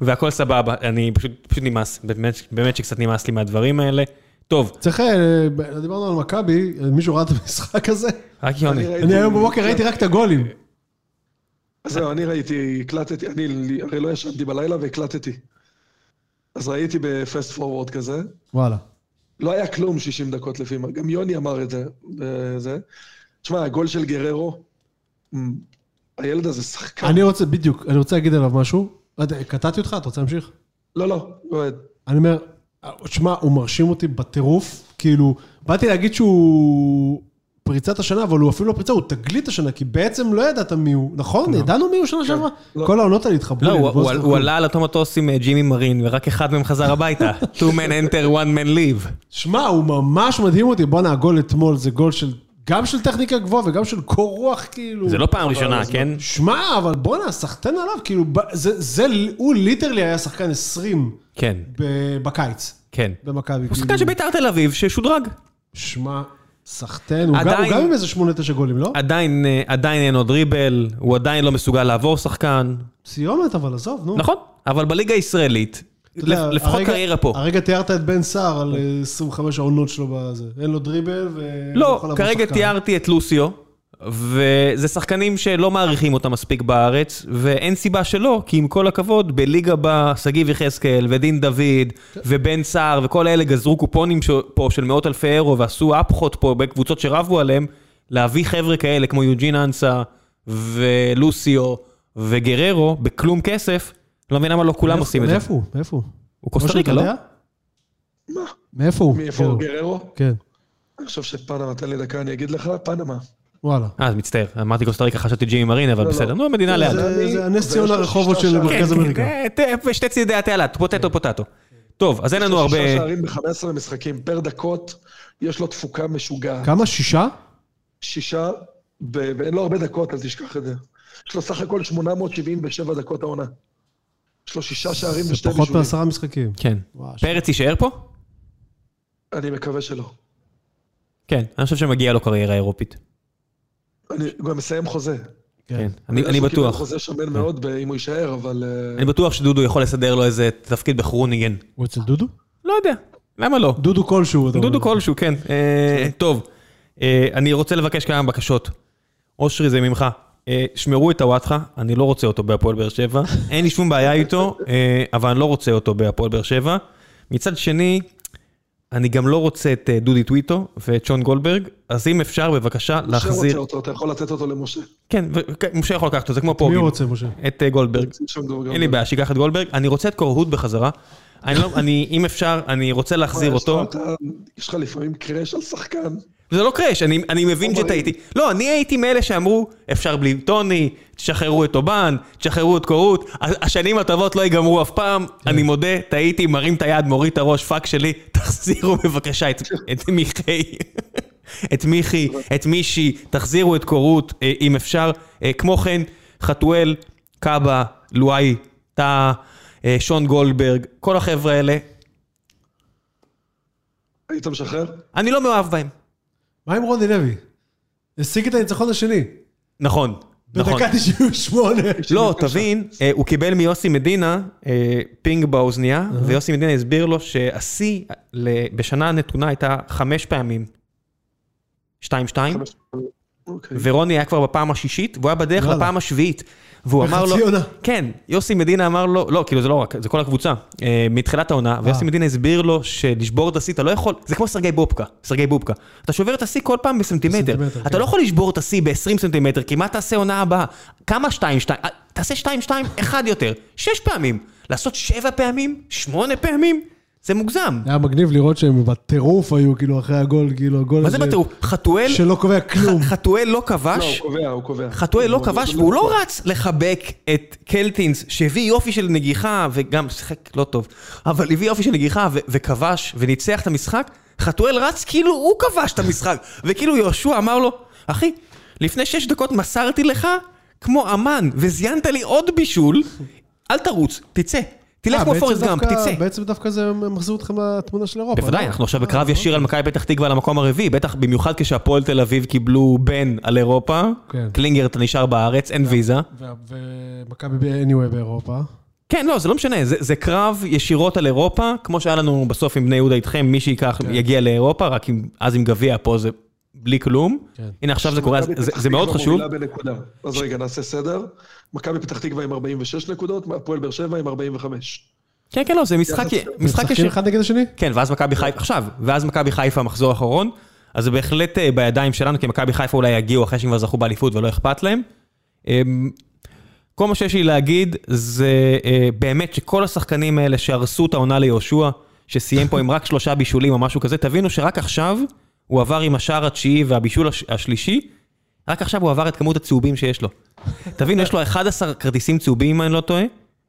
והכל סבבה. אני פשוט, פשוט נמאס, באמת, באמת שקצת נמאס לי מהדברים האלה. טוב,
צריך, אה, ב- דיברנו על מכבי, מישהו ראה את המשחק הזה?
רק יוני.
אני ראיתי-
אני היום בבוקר ראיתי רק את הגולים.
אז זהו, אני ראיתי, הקלטתי, אני לי- הרי לא ישנתי בלילה והקלטתי. אז ראיתי בפסט פורוורד כזה,
וואלה.
לא היה כלום 60 דקות לפי מה, גם יוני אמר את זה. אה, זה. תשמע, הגול של גררו, מ, הילד הזה
כן.
שחקן.
אני רוצה, בדיוק, אני רוצה להגיד עליו משהו. לא יודע, קטעתי אותך, אתה רוצה להמשיך?
לא, לא, לא,
אני אומר, שמע, הוא מרשים אותי בטירוף. כאילו, באתי להגיד שהוא פריצת השנה, אבל הוא אפילו לא פריצה, הוא תגלית השנה, כי בעצם לא ידעת מי הוא, נכון? ידענו מי הוא שנה שעברה?
לא.
כל העונות האלה התחברו.
כן. לא,
לי,
הוא-
אני לא
הוא
זוכר
הוא
כלום.
עלה על אותו מטוס עם אה, ג'ימי מרין, ורק אחד מהם חזר הביתה. [LAUGHS] Two men enter, one man leave.
שמע, הוא ממש מדהים אותי. בואנה, הגול אתמול זה גול של, גם של טכניקה גבוהה וגם של קור רוח, כאילו.
זה לא פעם ראשונה, כן?
שמע, אבל בואנה, סחטיין עליו, כאילו, ב- זה, זה, הוא ליטרלי היה שחקן 20
כן,
ב- בקיץ.
כן.
במכבי. כאילו,
הוא שחקן של בית"ר תל אביב ששודרג.
שמע, סחטיין, הוא גם- הוא
עדיין-
גם עם איזה שמונה, תשע גולים, לא?
עדיין אה, עדיין אין עוד ריבל, הוא עדיין לא מסוגל לעבור שחקן.
סיומת, אבל עזוב, נו.
נכון, אבל בליגה הישראלית,
אתה יודע,
לפ- לפחות
הרגע-
קריירה פה.
הרגע תיארת את בן סער על אה, 25 העונות שלו בזה. אין לו דריבל ו...
לא,
יכול לעבור
כרגע
שחקן.
תיארתי את לוסיו, וזה שחקנים שלא מעריכים אותם מספיק בארץ, ואין סיבה שלא, כי עם כל הכבוד, בליגה בה שגיב יחזקאל ודין דוד ובן סער וכל אלה גזרו קופונים ש- פה של מאות אלפי אירו ועשו אפחות פה בקבוצות שרבו עליהם, להביא חבר'ה כאלה כמו יוג'ין אנסה ולוסיו וגררו בכלום כסף, לא מבין למה לא כולם
מאיפה-
עושים את זה.
מאיפה הוא? מאיפה הוא?
הוא קוסטה ריקה, לא?
משה, אתה יודע?
מה?
מאיפה הוא?
מאיפה
כאילו,
גררו?
כן.
אני חושב שפנמה, תן לי דקה, אני אגיד לך, פנמה.
וואלה.
אה, אז מצטער, אמרתי קוסטה ריקה, חשבתי ג'ימי מרין, אבל
לא, לא.
בסדר, נו, מדינה ליד.
זה-
אני-
זה הנס
זה
ציונה
שלושה
רחובות של
שערים.
מרכז
כן,
אמריקה.
כן, תה- שתי צידי התעלת, פוטטו פוטטו. טוב, אז אין לנו הרבה...
כן. שישה שערים ב-15 משחקים פר דקות, יש לו תפוקה משוגעת.
כמה? שישה?
שישה, ב- ואין לו הרבה דקות, אל תשכח את זה. יש לו סך הכל 877 דקות העונה. יש לו שישה שערים
זה
ושתי
פחות
בישולים.
מעשרה משחקים.
כן.
וואו, ש-
פרץ יישאר פה?
אני מקווה שלא.
כן, אני חושב שמגיעה לו קריירה אירופית.
אני הוא גם מסיים חוזה.
כן,
כן.
אני אני
הוא קיבל
בטוח. כן.
חוזה שמן מאוד, ב- אם הוא יישאר, אבל... אה,
אני בטוח שדודו יכול לסדר לו איזה תפקיד בחרוניגן.
הוא אצל דודו?
לא יודע, למה לא?
דודו כלשהו. אתה
דודו
אומר.
כלשהו, כן. אה, טוב, אה, אני רוצה לבקש כמה בקשות. אושרי, זה ממך. אה, שמרו את הוואטחה, אני לא רוצה אותו בהפועל באר שבע. אין לי שום בעיה איתו, אה, אבל אני לא רוצה אותו בהפועל באר שבע. מצד שני, אני גם לא רוצה את אה, דודי טוויטו ואת שון גולדברג, אז אם אפשר בבקשה
משה רוצה
להחזיר...
אותו, אתה יכול לתת אותו למשה.
כן, ו- כן, משה יכול לקחת אותו, זה כמו
מי
פוגים.
הוא רוצה, משה?
את אה, גולדברג.
שום דבר גם.
אין לי בעיה, שייקח את גולדברג. אני רוצה את קורהוט בחזרה. אני לא, אני, אם אפשר, אני רוצה להחזיר
אה, יש לך-
אותו.
אתה- יש לך לפעמים קרש על שחקן.
זה לא קראש, אני, אני מבין
חומרים.
שטעיתי. לא, אני הייתי מאלה שאמרו, אפשר בלי טוני, תשחררו את אובן, תשחררו את קורות, ה- השנים הטובות לא ייגמרו אף פעם, אני מודה, טעיתי, מרים את היד, מוריד את הראש, פאק שלי, [LAUGHS] תחזירו בבקשה את, את מיכי, [LAUGHS] את מיכי, את מישי, תחזירו את קורות, אה, אם אפשר. אה, כמו כן, חתואל, קאבה, לואי, טאה, אה, שון גולדברג, כל החבר'ה האלה,
היית משחרר?
אני לא מאוהב בהם.
מה עם רוני לוי? השיג את הניצחון השני.
נכון, נכון.
בדקה 98.
לא, תבין, אה, הוא קיבל מיוסי מדינה אה, פינג באוזנייה, ויוסי מדינה הסביר לו שהשיא ל- בשנה נתונה הייתה חמש פעמים, שתיים שתיים,
חמש- אוקיי.
ורוני היה כבר בפעם השישית, והוא היה בדרך
וואלה.
לפעם השביעית. והוא אמר לו,
בחצי עונה.
כן, יוסי מדינה אמר לו, לא, כאילו זה לא רק, זה כל הקבוצה, אה, מתחילת העונה, ויוסי מדינה הסביר לו שלשבור את השיא, אתה לא יכול, זה כמו סרגי בובקה, סרגי בובקה. אתה שובר את השיא כל פעם בסנטימטר.
בסנטימטר,
אתה
כן.
לא יכול לשבור את השיא ב-20 סנטימטר, כי מה תעשה עונה הבאה? כמה 2-2? תעשה 2-2, אחד יותר, שש פעמים. לעשות שבע פעמים? שמונה פעמים? זה מוגזם.
היה מגניב לראות שהם בטירוף היו, כאילו, אחרי הגול, כאילו, הגול
מה זה
הזה,
בטירוף? חתואל,
שלא קובע כלום.
ח- חתואל לא
לא, הוא
כבש,
קובע, הוא קובע.
חתואל לא
הוא-
כבש, והוא לא רץ לחבק את קלטינס, שהביא יופי של נגיחה, וגם שיחק לא טוב, אבל הביא יופי של נגיחה ו- וכבש, וניצח את המשחק, חתואל רץ כאילו הוא כבש את [LAUGHS] המשחק, וכאילו יהושע אמר לו, אחי, לפני שש דקות מסרתי לך כמו אמן, וזיינת לי עוד בישול, אל תרוץ, תצא, תלך
אה,
כמו
בעצם
פורסט גאמפ,
דווקא-
תצא.
בעצם דווקא זה מחזיר אתכם לתמונה של אירופה.
בוודאי,
לא?
אנחנו עכשיו בקרב ישיר על מכבי פתח תקווה על המקום הרביעי, בטח במיוחד כשהפועל תל אביב קיבלו בן על אירופה,
כן.
קלינגר אתה נשאר בארץ, אין ויזה.
וה- ומכבי ב- anyway באירופה.
כן, לא, זה לא משנה, זה, זה קרב ישירות על אירופה, כמו שהיה לנו בסוף עם בני יהודה איתכם, מי שייקח כן. יגיע לאירופה, רק עם, אז עם גביע, פה זה בלי כלום. כן.
כן.
הנה, עכשיו זה קורה, אז
מכבי
זה,
פתח
זה מאוד
תקווה
חשוב.
לא מובילה בנקודה. אז רגע, נעשה סדר. מכבי פתח תקווה עם 46 נקודות, הפועל באר שבע עם 45.
כן, כן, לא, זה משחק, משחק
משחקים
ישיר.
אחד נגד השני?
כן, ואז מכבי חיפה, עכשיו, ואז מכבי חיפה המחזור האחרון, אז זה בהחלט אה, בידיים שלנו, כי מכבי חיפה אולי יגיעו אחרי שהם כבר זכו באליפות ולא אכפת להם. אמ, כל מה שיש לי להגיד זה אה, באמת שכל השחקנים האלה שהרסו את העונה ליהושע, שסיים פה עם רק שלושה בישולים או משהו כזה, תבינו שרק עכשיו הוא עבר עם השער התשיעי והבישול הש- השלישי, רק עכשיו הוא עבר את כמות הצהובים שיש לו. תבינו, יש לו 11 כרטיסים צהובים, אם אני לא טועה,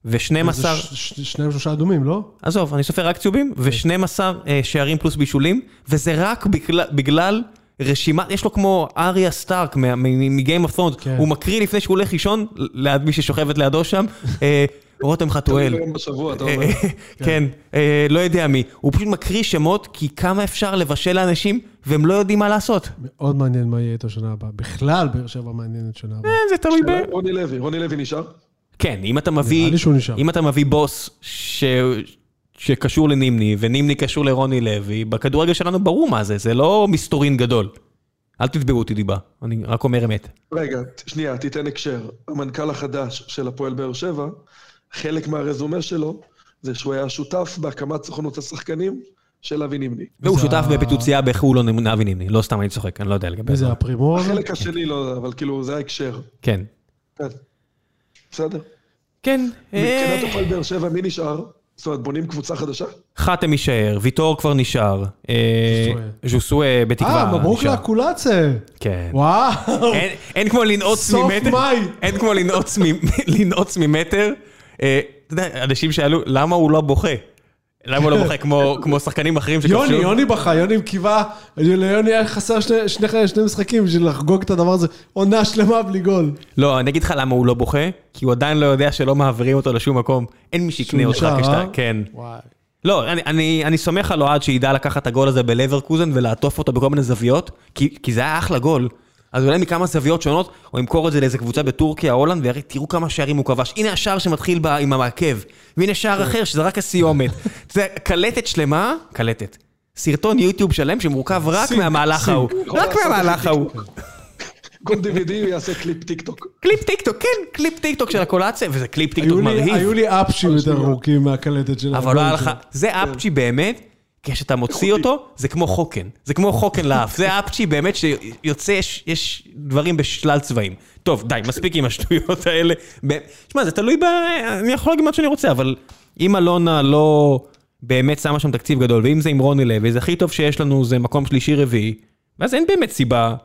ו-12...
זה ש- ש- שניים שלושה אדומים, לא?
עזוב, אני סופר רק צהובים, ו-12 אה, שערים פלוס בישולים, וזה רק בגלל, בגלל רשימה, יש לו כמו אריה סטארק מה- מ- מ-game of Thrones,
כן.
הוא מקריא לפני שהוא הולך לישון, ליד מי ששוכבת לידו שם, אה, רותם חתואל.
יום בשבוע, אתה
אה,
אומר.
כן, אה, לא יודע מי. הוא פשוט מקריא שמות, כי כמה אפשר לבשל לאנשים, והם לא יודעים מה לעשות.
מאוד מעניין מה יהיה איתו שנה הבאה. בכלל, באר שבע מעניינת שנה הבאה.
אה, זה תלוי ב...
רוני לוי, רוני לוי נשאר?
כן, אם אתה מביא...
נראה לי שהוא נשאר.
אם אתה מביא בוס ש... שקשור לנימני, ונימני קשור לרוני לוי, בכדורגל שלנו ברור מה זה, זה לא מסתורין גדול. אל תתבעו אותי דיבה, אני רק אומר אמת.
רגע, ת- שנייה, תיתן הקשר. המנכ"ל החדש של הפועל באר שבע, חלק מהרזומה שלו זה שהוא היה שותף בהקמת סוכנות השחקנים של אבי נימני.
והוא
זה
שותף
ה-
בפיצוצייה בחולון עם אבי נימני, לא סתם אני צוחק, אני לא יודע לגבי
מי
זה.
זה הפרימור? הזה?
החלק השני לא, אבל כאילו זה ההקשר.
כן.
כן. בסדר.
כן. אה,
מבחינת הפועל באר שבע, מי נשאר? זאת אומרת, בונים קבוצה חדשה?
חתם יישאר, ויטור כבר נשאר, אה, ז'וסואה בתקווה
אה, מברוק
נשאר.
לאקולציה.
כן.
וואו.
אין- אין כמו לנעוץ
סוף
ממטר,
מאי.
אין כמו לנעוץ מ- [LAUGHS] לנעוץ ממטר. אה, אתה יודע, אנשים שאלו, למה הוא לא בוכה? למה הוא לא בוכה
[LAUGHS]
כמו- כמו שחקנים אחרים שכבשו?
יוני, יוני בכה, יוני עם קיבה, ליוני היה חסר שני, שני, שני משחקים בשביל לחגוג את הדבר הזה, עונה שלמה בלי גול.
לא, אני אגיד לך למה הוא לא בוכה, כי הוא עדיין לא יודע שלא מעבירים אותו לשום מקום. אין מי שיקנה
שהוא
אותך
נשאר,
כשאתה...
אה?
כן.
וואי.
לא, אני, אני, אני סומך על אוהד שידע לקחת את הגול הזה בלברקוזן ולעטוף אותו בכל מיני זוויות, כי, כי זה היה אחלה גול. אז אולי מכמה זוויות שונות, הוא ימכור את זה לאיזה קבוצה בטורקיה, הולנד, ותראו כמה שערים הוא כבש. הנה השער שמתחיל ב, עם המעקב, והנה שער אחר שזה רק
[LAUGHS]
הסיומת. זה קלטת שלמה, קלטת. סרטון יוטיוב שלם שמורכב רק
סינק,
מהמהלך
סינק.
ההוא.
יכול
לא רק
לעשות
מהמהלך ההוא.
כל DVD הוא יעשה קליפ טיק טוק.
קליפ טיקטוק, כן, קליפ טיקטוק של הקולציה, וזה קליפ
היו
טיקטוק
לי,
מרהיב.
היו לי אפשים יותר
שנייה.
ארוכים מהקלטת של
אבל
הגול
לא היה לך,
שלו. כן.
זה אפצ'י באמת, כשאתה מוציא
איכותי.
אותו, זה כמו חוקן. זה כמו חוקן לאף. זה אפצ'י באמת שיוצא, יש, יש דברים בשלל צבעים. טוב, די, מספיק עם השטויות האלה. ב- שמע, זה תלוי ב... אני יכול להגיד מה שאני רוצה, אבל אם אלונה לא באמת שמה שם תקציב גדול, ואם זה עם רוני לוי, זה הכי טוב שיש לנו, זה מקום שלישי-רביעי, ואז אין באמת סיבה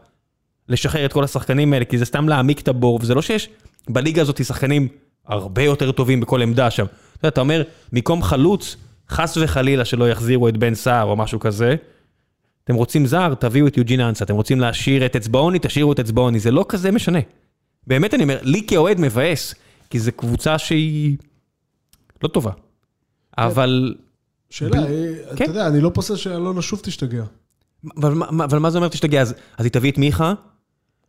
לשחרר את כל השחקנים האלה, כי זה סתם להעמיק את הבור, וזה לא שיש בליגה הזאת שחקנים הרבה יותר טובים בכל עמדה שם. אתה יודע, אתה אומר, במקום חלוץ, חס וחלילה שלא יחזירו את בן סער או משהו כזה. אתם רוצים זר, תביאו את יוג'ין אנסה, אתם רוצים להשאיר את אצבעוני, תשאירו את אצבעוני, זה לא כזה משנה. באמת אני אומר, לי כאוהד מבאס, כי זו קבוצה שהיא לא טובה. אבל,
שאלה, אה,
כן.
אתה יודע, אני לא פוסל שאלונה שוב תשתגע.
אבל, מה- מה- אבל מה זה אומר תשתגע? אז, אז היא תביא את מיכה,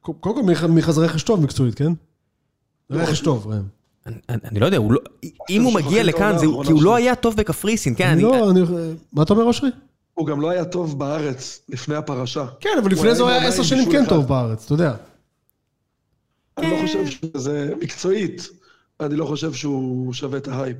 קודם כל, מיכה- מיכה זה רכש טוב מקצועית, כן? רכש טוב, ראם.
אני, אני- אני לא יודע, הוא לא, אם הוא
שוכחים
מגיע
את
לכאן,
העונה
זה
האחרונה
כי הוא
שלו.
לא היה טוב בקפריסין, כן, אני...
לא, אני... מה אתה אומר, אושרי?
הוא גם לא היה טוב בארץ לפני הפרשה.
כן, אבל לפני זה הוא היה
עם
עשר
עונה
שנים
עם
כן
בישול
טוב
אחד.
בארץ, אתה יודע.
אני לא חושב שזה מקצועית, אני לא חושב שהוא שווה את ההייפ.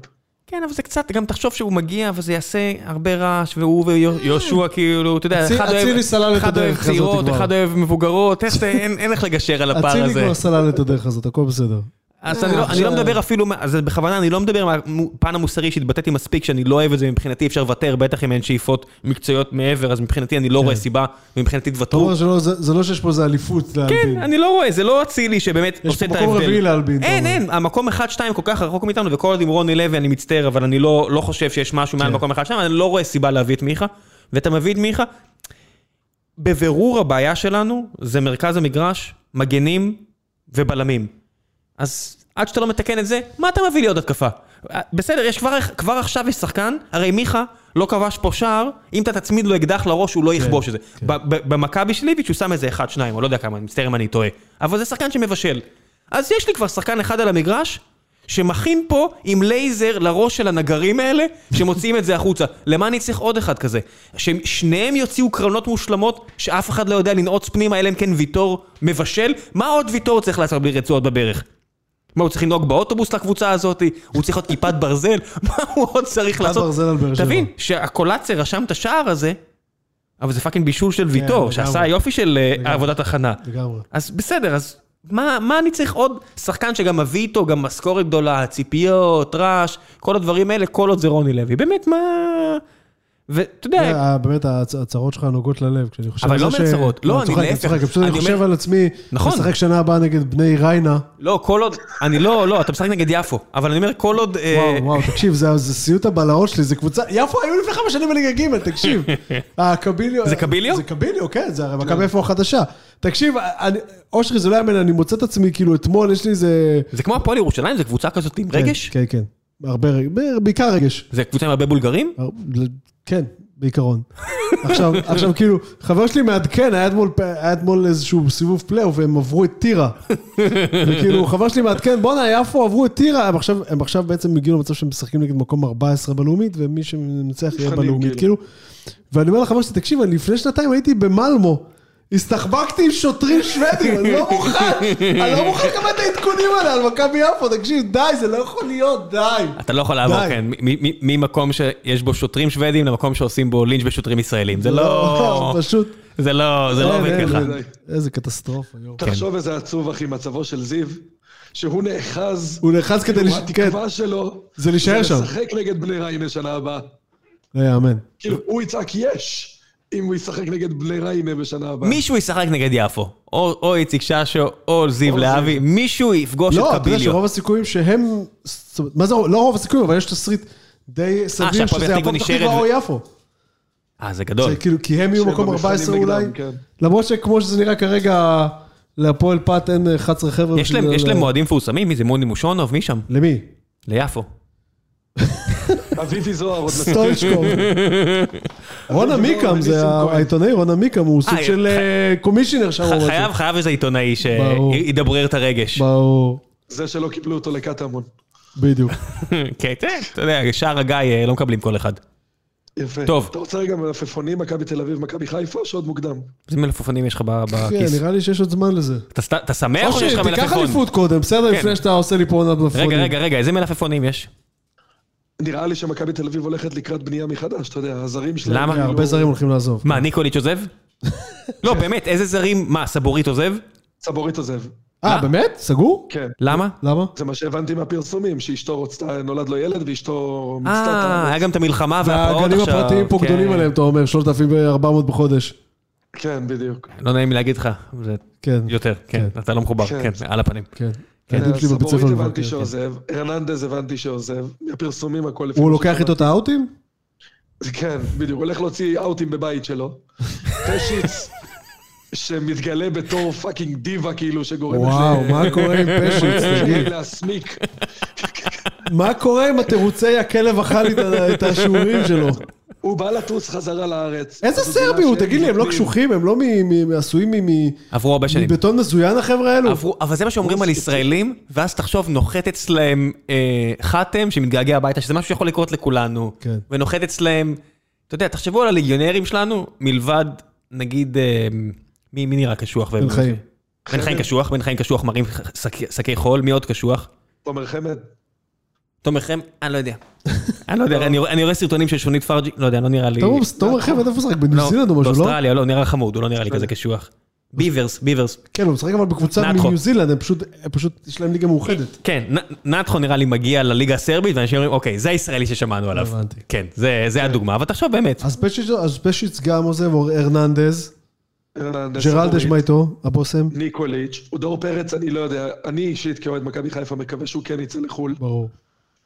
כן, אבל זה קצת, גם תחשוב שהוא מגיע וזה יעשה הרבה רעש, והוא ויהושע כאילו, אתה יודע,
אציל-
אחד אוהב-
אצילי אה. סלל את
אחד אוהב
הדרך הזאת
צעירות,
כבר.
אחד אוהב מבוגרות, איך זה- אין אין איך לגשר על הפער
אצילי
הזה.
כבר סלל את הדרך הזאת, הכל בסדר.
אז אני לא- אני
עכשיו-
לא מדבר אפילו, מה- אז בכוונה אני לא מדבר מהפן המוסרי שהתבטאתי מספיק, שאני לא אוהב את זה, מבחינתי אפשר לוותר, בטח אם אין שאיפות מקצועיות מעבר, אז מבחינתי אני
כן.
לא רואה סיבה, ומבחינתי
אתה
תוותרו.
אומר שלא, זה זה לא שיש פה איזה אליפות להלבין.
כן, אני לא רואה, זה לא אצילי שבאמת
יש
עושה את
פה
ההבדל.
מקום רביעי לאלבין, אתה
אין,
אומר.
אין, המקום 1-2 כל כך רחוק מאיתנו, וכל עוד עם רוני לוי אני מצטער, אבל אני לא לא חושב שיש משהו מעל
כן.
מקום 1-2, אני לא רואה סיבה להביא את מיכה, ואתה מביא את מיכה. בבירור הבעיה שלנו זה מרכז המגרש, מגנים ובלמים. אז עד שאתה לא מתקן את זה, מה אתה מביא לי עוד התקפה? בסדר, יש כבר, כבר עכשיו יש שחקן, הרי מיכה לא כבש פה שער, אם אתה תצמיד לו אקדח לראש הוא לא יכבוש את זה. ב- ב- במכבי של איביץ' הוא שם איזה 1-2, או לא יודע כמה, אני מצטער אם אני טועה. אבל זה שחקן שמבשל. אז יש לי כבר שחקן אחד על המגרש, שמכין פה עם לייזר לראש של הנגרים האלה, שמוציאים את זה החוצה. [LAUGHS] למה אני צריך עוד אחד כזה? ששניהם יוציאו קרנות מושלמות, שאף אחד לא יודע לנעוץ פנימה, אלא אם כן ויטור מבשל? מה עוד ויטור צריך לעשות בלי רצועות בברך? מה, הוא צריך לנהוג באוטובוס לקבוצה הזאת? הוא צריך להיות כיפת ברזל? [LAUGHS] מה הוא עוד צריך לעשות?
ברזל על באר שבע.
תבין, שהקולציה רשם את השער הזה, אבל זה פאקינג בישול של ויטור,
כן, לגמרי.
שעשה יופי של אה, עבודת הכנה.
לגמרי.
אז בסדר, אז מה, מה אני צריך עוד שחקן שגם מביא איתו גם משכורת גדולה, ציפיות, רעש, כל הדברים האלה, כל עוד זה רוני לוי. באמת, מה... ואתה יודע,
אה, באמת, הצ- הצרות שלך נוגעות ללב, כשאני חושב
אבל
על
לא
זה
מהצרות, לא, אני
צוחק,
להפך.
צוחק, פשוט אני
אני
חושב
אומר-
על עצמי,
נכון.
לשחק שנה הבאה נגד בני ריינה.
לא, כל עוד... אני לא, לא, אתה משחק נגד יפו, אבל אני אומר, כל עוד... אה,
וואו, וואו, תקשיב, זה זה סיוט הבלהות שלי, זה קבוצה... יפו היו לפני כמה שנים בליגה ג',
[LAUGHS]
תקשיב. הקביליו...
זה קביליו? לא.
זה קביליו, כן, זה הרי מכבי יפו החדשה. תקשיב, אני- אושרי זוליאמן, אני מוצא את עצמי, כאילו, אתמול יש לי איזה...
זה כמו הפועל ירושלים, זו קבוצה כזאת עם רגש?
כן, כן. כן. הרבה רגש, בעיקר רגש.
זה קבוצה עם הרבה בולגרים?
הר- ל- כן, בעיקרון. עכשיו, עכשיו כאילו, חבר שלי מעדכן, היה אתמול, פ- היה אתמול איזשהו סיבוב פלייאוף, והם עברו את טירה. וכאילו, חבר שלי מעדכן, בואנה, יפו עברו את טירה, הם עכשיו, הם עכשיו בעצם הגיעו למצב שהם משחקים נגד מקום 14 בלאומית, ומי שמנצח יהיה
נבחנים,
בלאומית, כאילו.
כאילו.
ואני אומר לחבר שלי, תקשיב, אני לפני שנתיים הייתי במלמו. הסתחבקתי עם שוטרים שוודים, אני לא מוכן, אני לא מוכן לקבל את העדכונים האלה על מכבי יפו, תקשיב, די, זה לא יכול להיות, די.
אתה לא יכול לעבור,
די.
כן, מ- מ- מ- ממקום שיש בו שוטרים שוודים למקום שעושים בו לינץ' בשוטרים ישראלים. זה לא...
פשוט.
זה לא
אה,
זה לא
אין,
עובד
אין,
ככה.
אין, אין.
איזה קטסטרופה, יואו.
תחשוב איזה עצוב, אחי, מצבו של זיו, שהוא נאחז,
הוא נאחז כדי...
כאילו,
לש- כן,
התקווה שלו,
זה להישאר שם.
לשחק נגד בני ריינה שנה הבאה.
לא יאמן.
כאילו, הוא יצעק יש, אם הוא ישחק נגד בני ריינה בשנה הבאה.
מישהו ישחק נגד יפו, או או איציק ששו, או זיו להבי, מישהו יפגוש את
לא, אתה יודע
קביליו.
שרוב הסיכויים שהם... זאת אומרת, מה זה, לא רוב הסיכויים, אבל יש תסריט די סביר
אה, שהפועל
שזה
פתח
יפו
תקווה
פתח
נשארת
תקווה
ו-
או יפו.
אה, זה
זה
גדול.
כאילו, כי הם יהיו
שהם
מקום
במפעלים
14
נגדם,
אולי.
כן.
למרות שכמו שזה נראה כרגע, להפועל פת אין 11 חבר'ה.
יש להם-
בשביל-
יש להם מועדים מפורסמים, מי זה מוני מושונוב, מי שם?
למי?
ליפו.
אביבי זוהר עוד
[LAUGHS]
נתן.
סטולצ'קוב. רון
אבל
עמיקם, זה
ניסים כהן.
העיתונאי רון עמיקם, הוא סוג
אה,
של אה, קומישיונר שם. או משהו.
חייב, חייב איזה עיתונאי
ברור.
שידברר את הרגש.
ברור,
זה שלא קיבלו אותו לקטמון.
[LAUGHS] בדיוק.
[LAUGHS] כן, כן, אתה יודע, שער הגיא אה, לא מקבלים כל אחד.
יפה.
טוב.
אתה רוצה רגע מלפפונים, מכבי תל אביב, מכבי חיפה, או שעוד מוקדם?
איזה מלפפונים יש לך ב-
כן,
בכיס?
נראה לי שיש עוד זמן לזה.
אתה סת- אתה שמח או
אושרי,
שיש לך
תיקח
מלפפון?
אליפות קודם, בסדר?
כן.
לפני שאתה עושה לי פה עונת מלפפונים.
רגע, רגע, רגע, איזה מלפפונים יש?
נראה לי שמכבי תל אביב הולכת לקראת בנייה מחדש, אתה יודע, הזרים שלהם.
למה?
כן,
כאילו-
הרבה זרים הולכים לעזוב.
מה, ניקוליץ'
[LAUGHS]
עוזב? לא, באמת, איזה זרים? מה, סבורית עוזב?
צבורית עוזב.
אה, באמת? סגור?
כן.
למה?
למה?
זה מה שהבנתי מהפרסומים, שאשתו רוצה, נולד לו ילד ואשתו
אה,
מצטעת.
היה גם את המלחמה והפרעות
הגנים
עכשיו.
לא הפרטיים פה
כן.
גדולים עליהם, אתה אומר, 3,400 בחודש.
כן, בדיוק.
לא נעים לי להגיד לך, זה
כן,
יותר, כן, אתה לא מחובר,
כן.
כן, על הפנים.
כן.
כן.
הילדים שלי בבית ספר
אה, סבורית
כבר,
הבנתי
כן.
שעוזב, הרננדז הבנתי שעוזב, מהפרסומים הכל לפי...
הוא
מה
לוקח איתו את האאוטים?
זה כן, בדיוק, הולך להוציא אאוטים בבית
[LAUGHS]
שלו. פשיץ, שמתגלה בתור פאקינג דיבה, כאילו, שגורמת
וואו,
ל-
מה קורה עם
[LAUGHS]
פשיץ, תגיד?
להסמיק.
מה קורה עם התירוצי הכלב אכל לי את- את השיעורים שלו?
הוא בא לטוס חזרה לארץ.
איזה
זו דירה
סרבי הוא?
שהם
תגיד לי, הם לא
נותנים.
קשוחים? הם לא מ- מ- עשויים מ- מ-
עברו הרבה שנים.
מבטון מזוין החבר'ה האלו?
עברו, אבל זה מה שאומרים על ישראלים, ואז תחשוב, נוחת אצלהם אה, חתם שמתגעגע הביתה, שזה משהו שיכול לקרות לכולנו.
כן.
ונוחת אצלהם, אתה יודע, תחשבו על הליגיונרים שלנו, מלבד, נגיד, אה, מי, מי נראה קשוח?
בן חיים.
בן חיים קשוח, בן חיים קשוח מרים שקי, שקי חול, מי עוד קשוח?
תומר חמד,
תומר חם, אני לא יודע. אני לא יודע, אני, אני רואה סרטונים של שונית פרג'י, לא יודע, לא נראה לי...
תומר- תומר חמד, איפה הוא משחק?
לא,
בניו זילנד או משהו, לא?
באוסטרליה, לא, נראה חמוד, הוא לא נראה לי כזה קשוח. ביברס, ביברס.
כן, הוא משחק אבל בקבוצה
נתחו.
מניו זילנד, הם פשוט, הם פשוט, יש להם ליגה מאוחדת.
כן, נ- נתחו נראה לי מגיע לליגה הסרבית, ואנשים אומרים, אוקיי, זה הישראלי ששמענו עליו.
הבנתי.
כן, זה, זה הדוגמה, אבל תחשוב באמת.
אז פשיץ- אז פשיץ גם עוזב, או הרננדז,
הרננדז,
ג'רלדש, מה
סבורית,
איתו? הבושם?
ניקוליץ', דור פרץ, אני לא יודע, אני אישית כאוהד מכבי חיפה מקווה שהוא כן יצא לחו"ל.
ברור.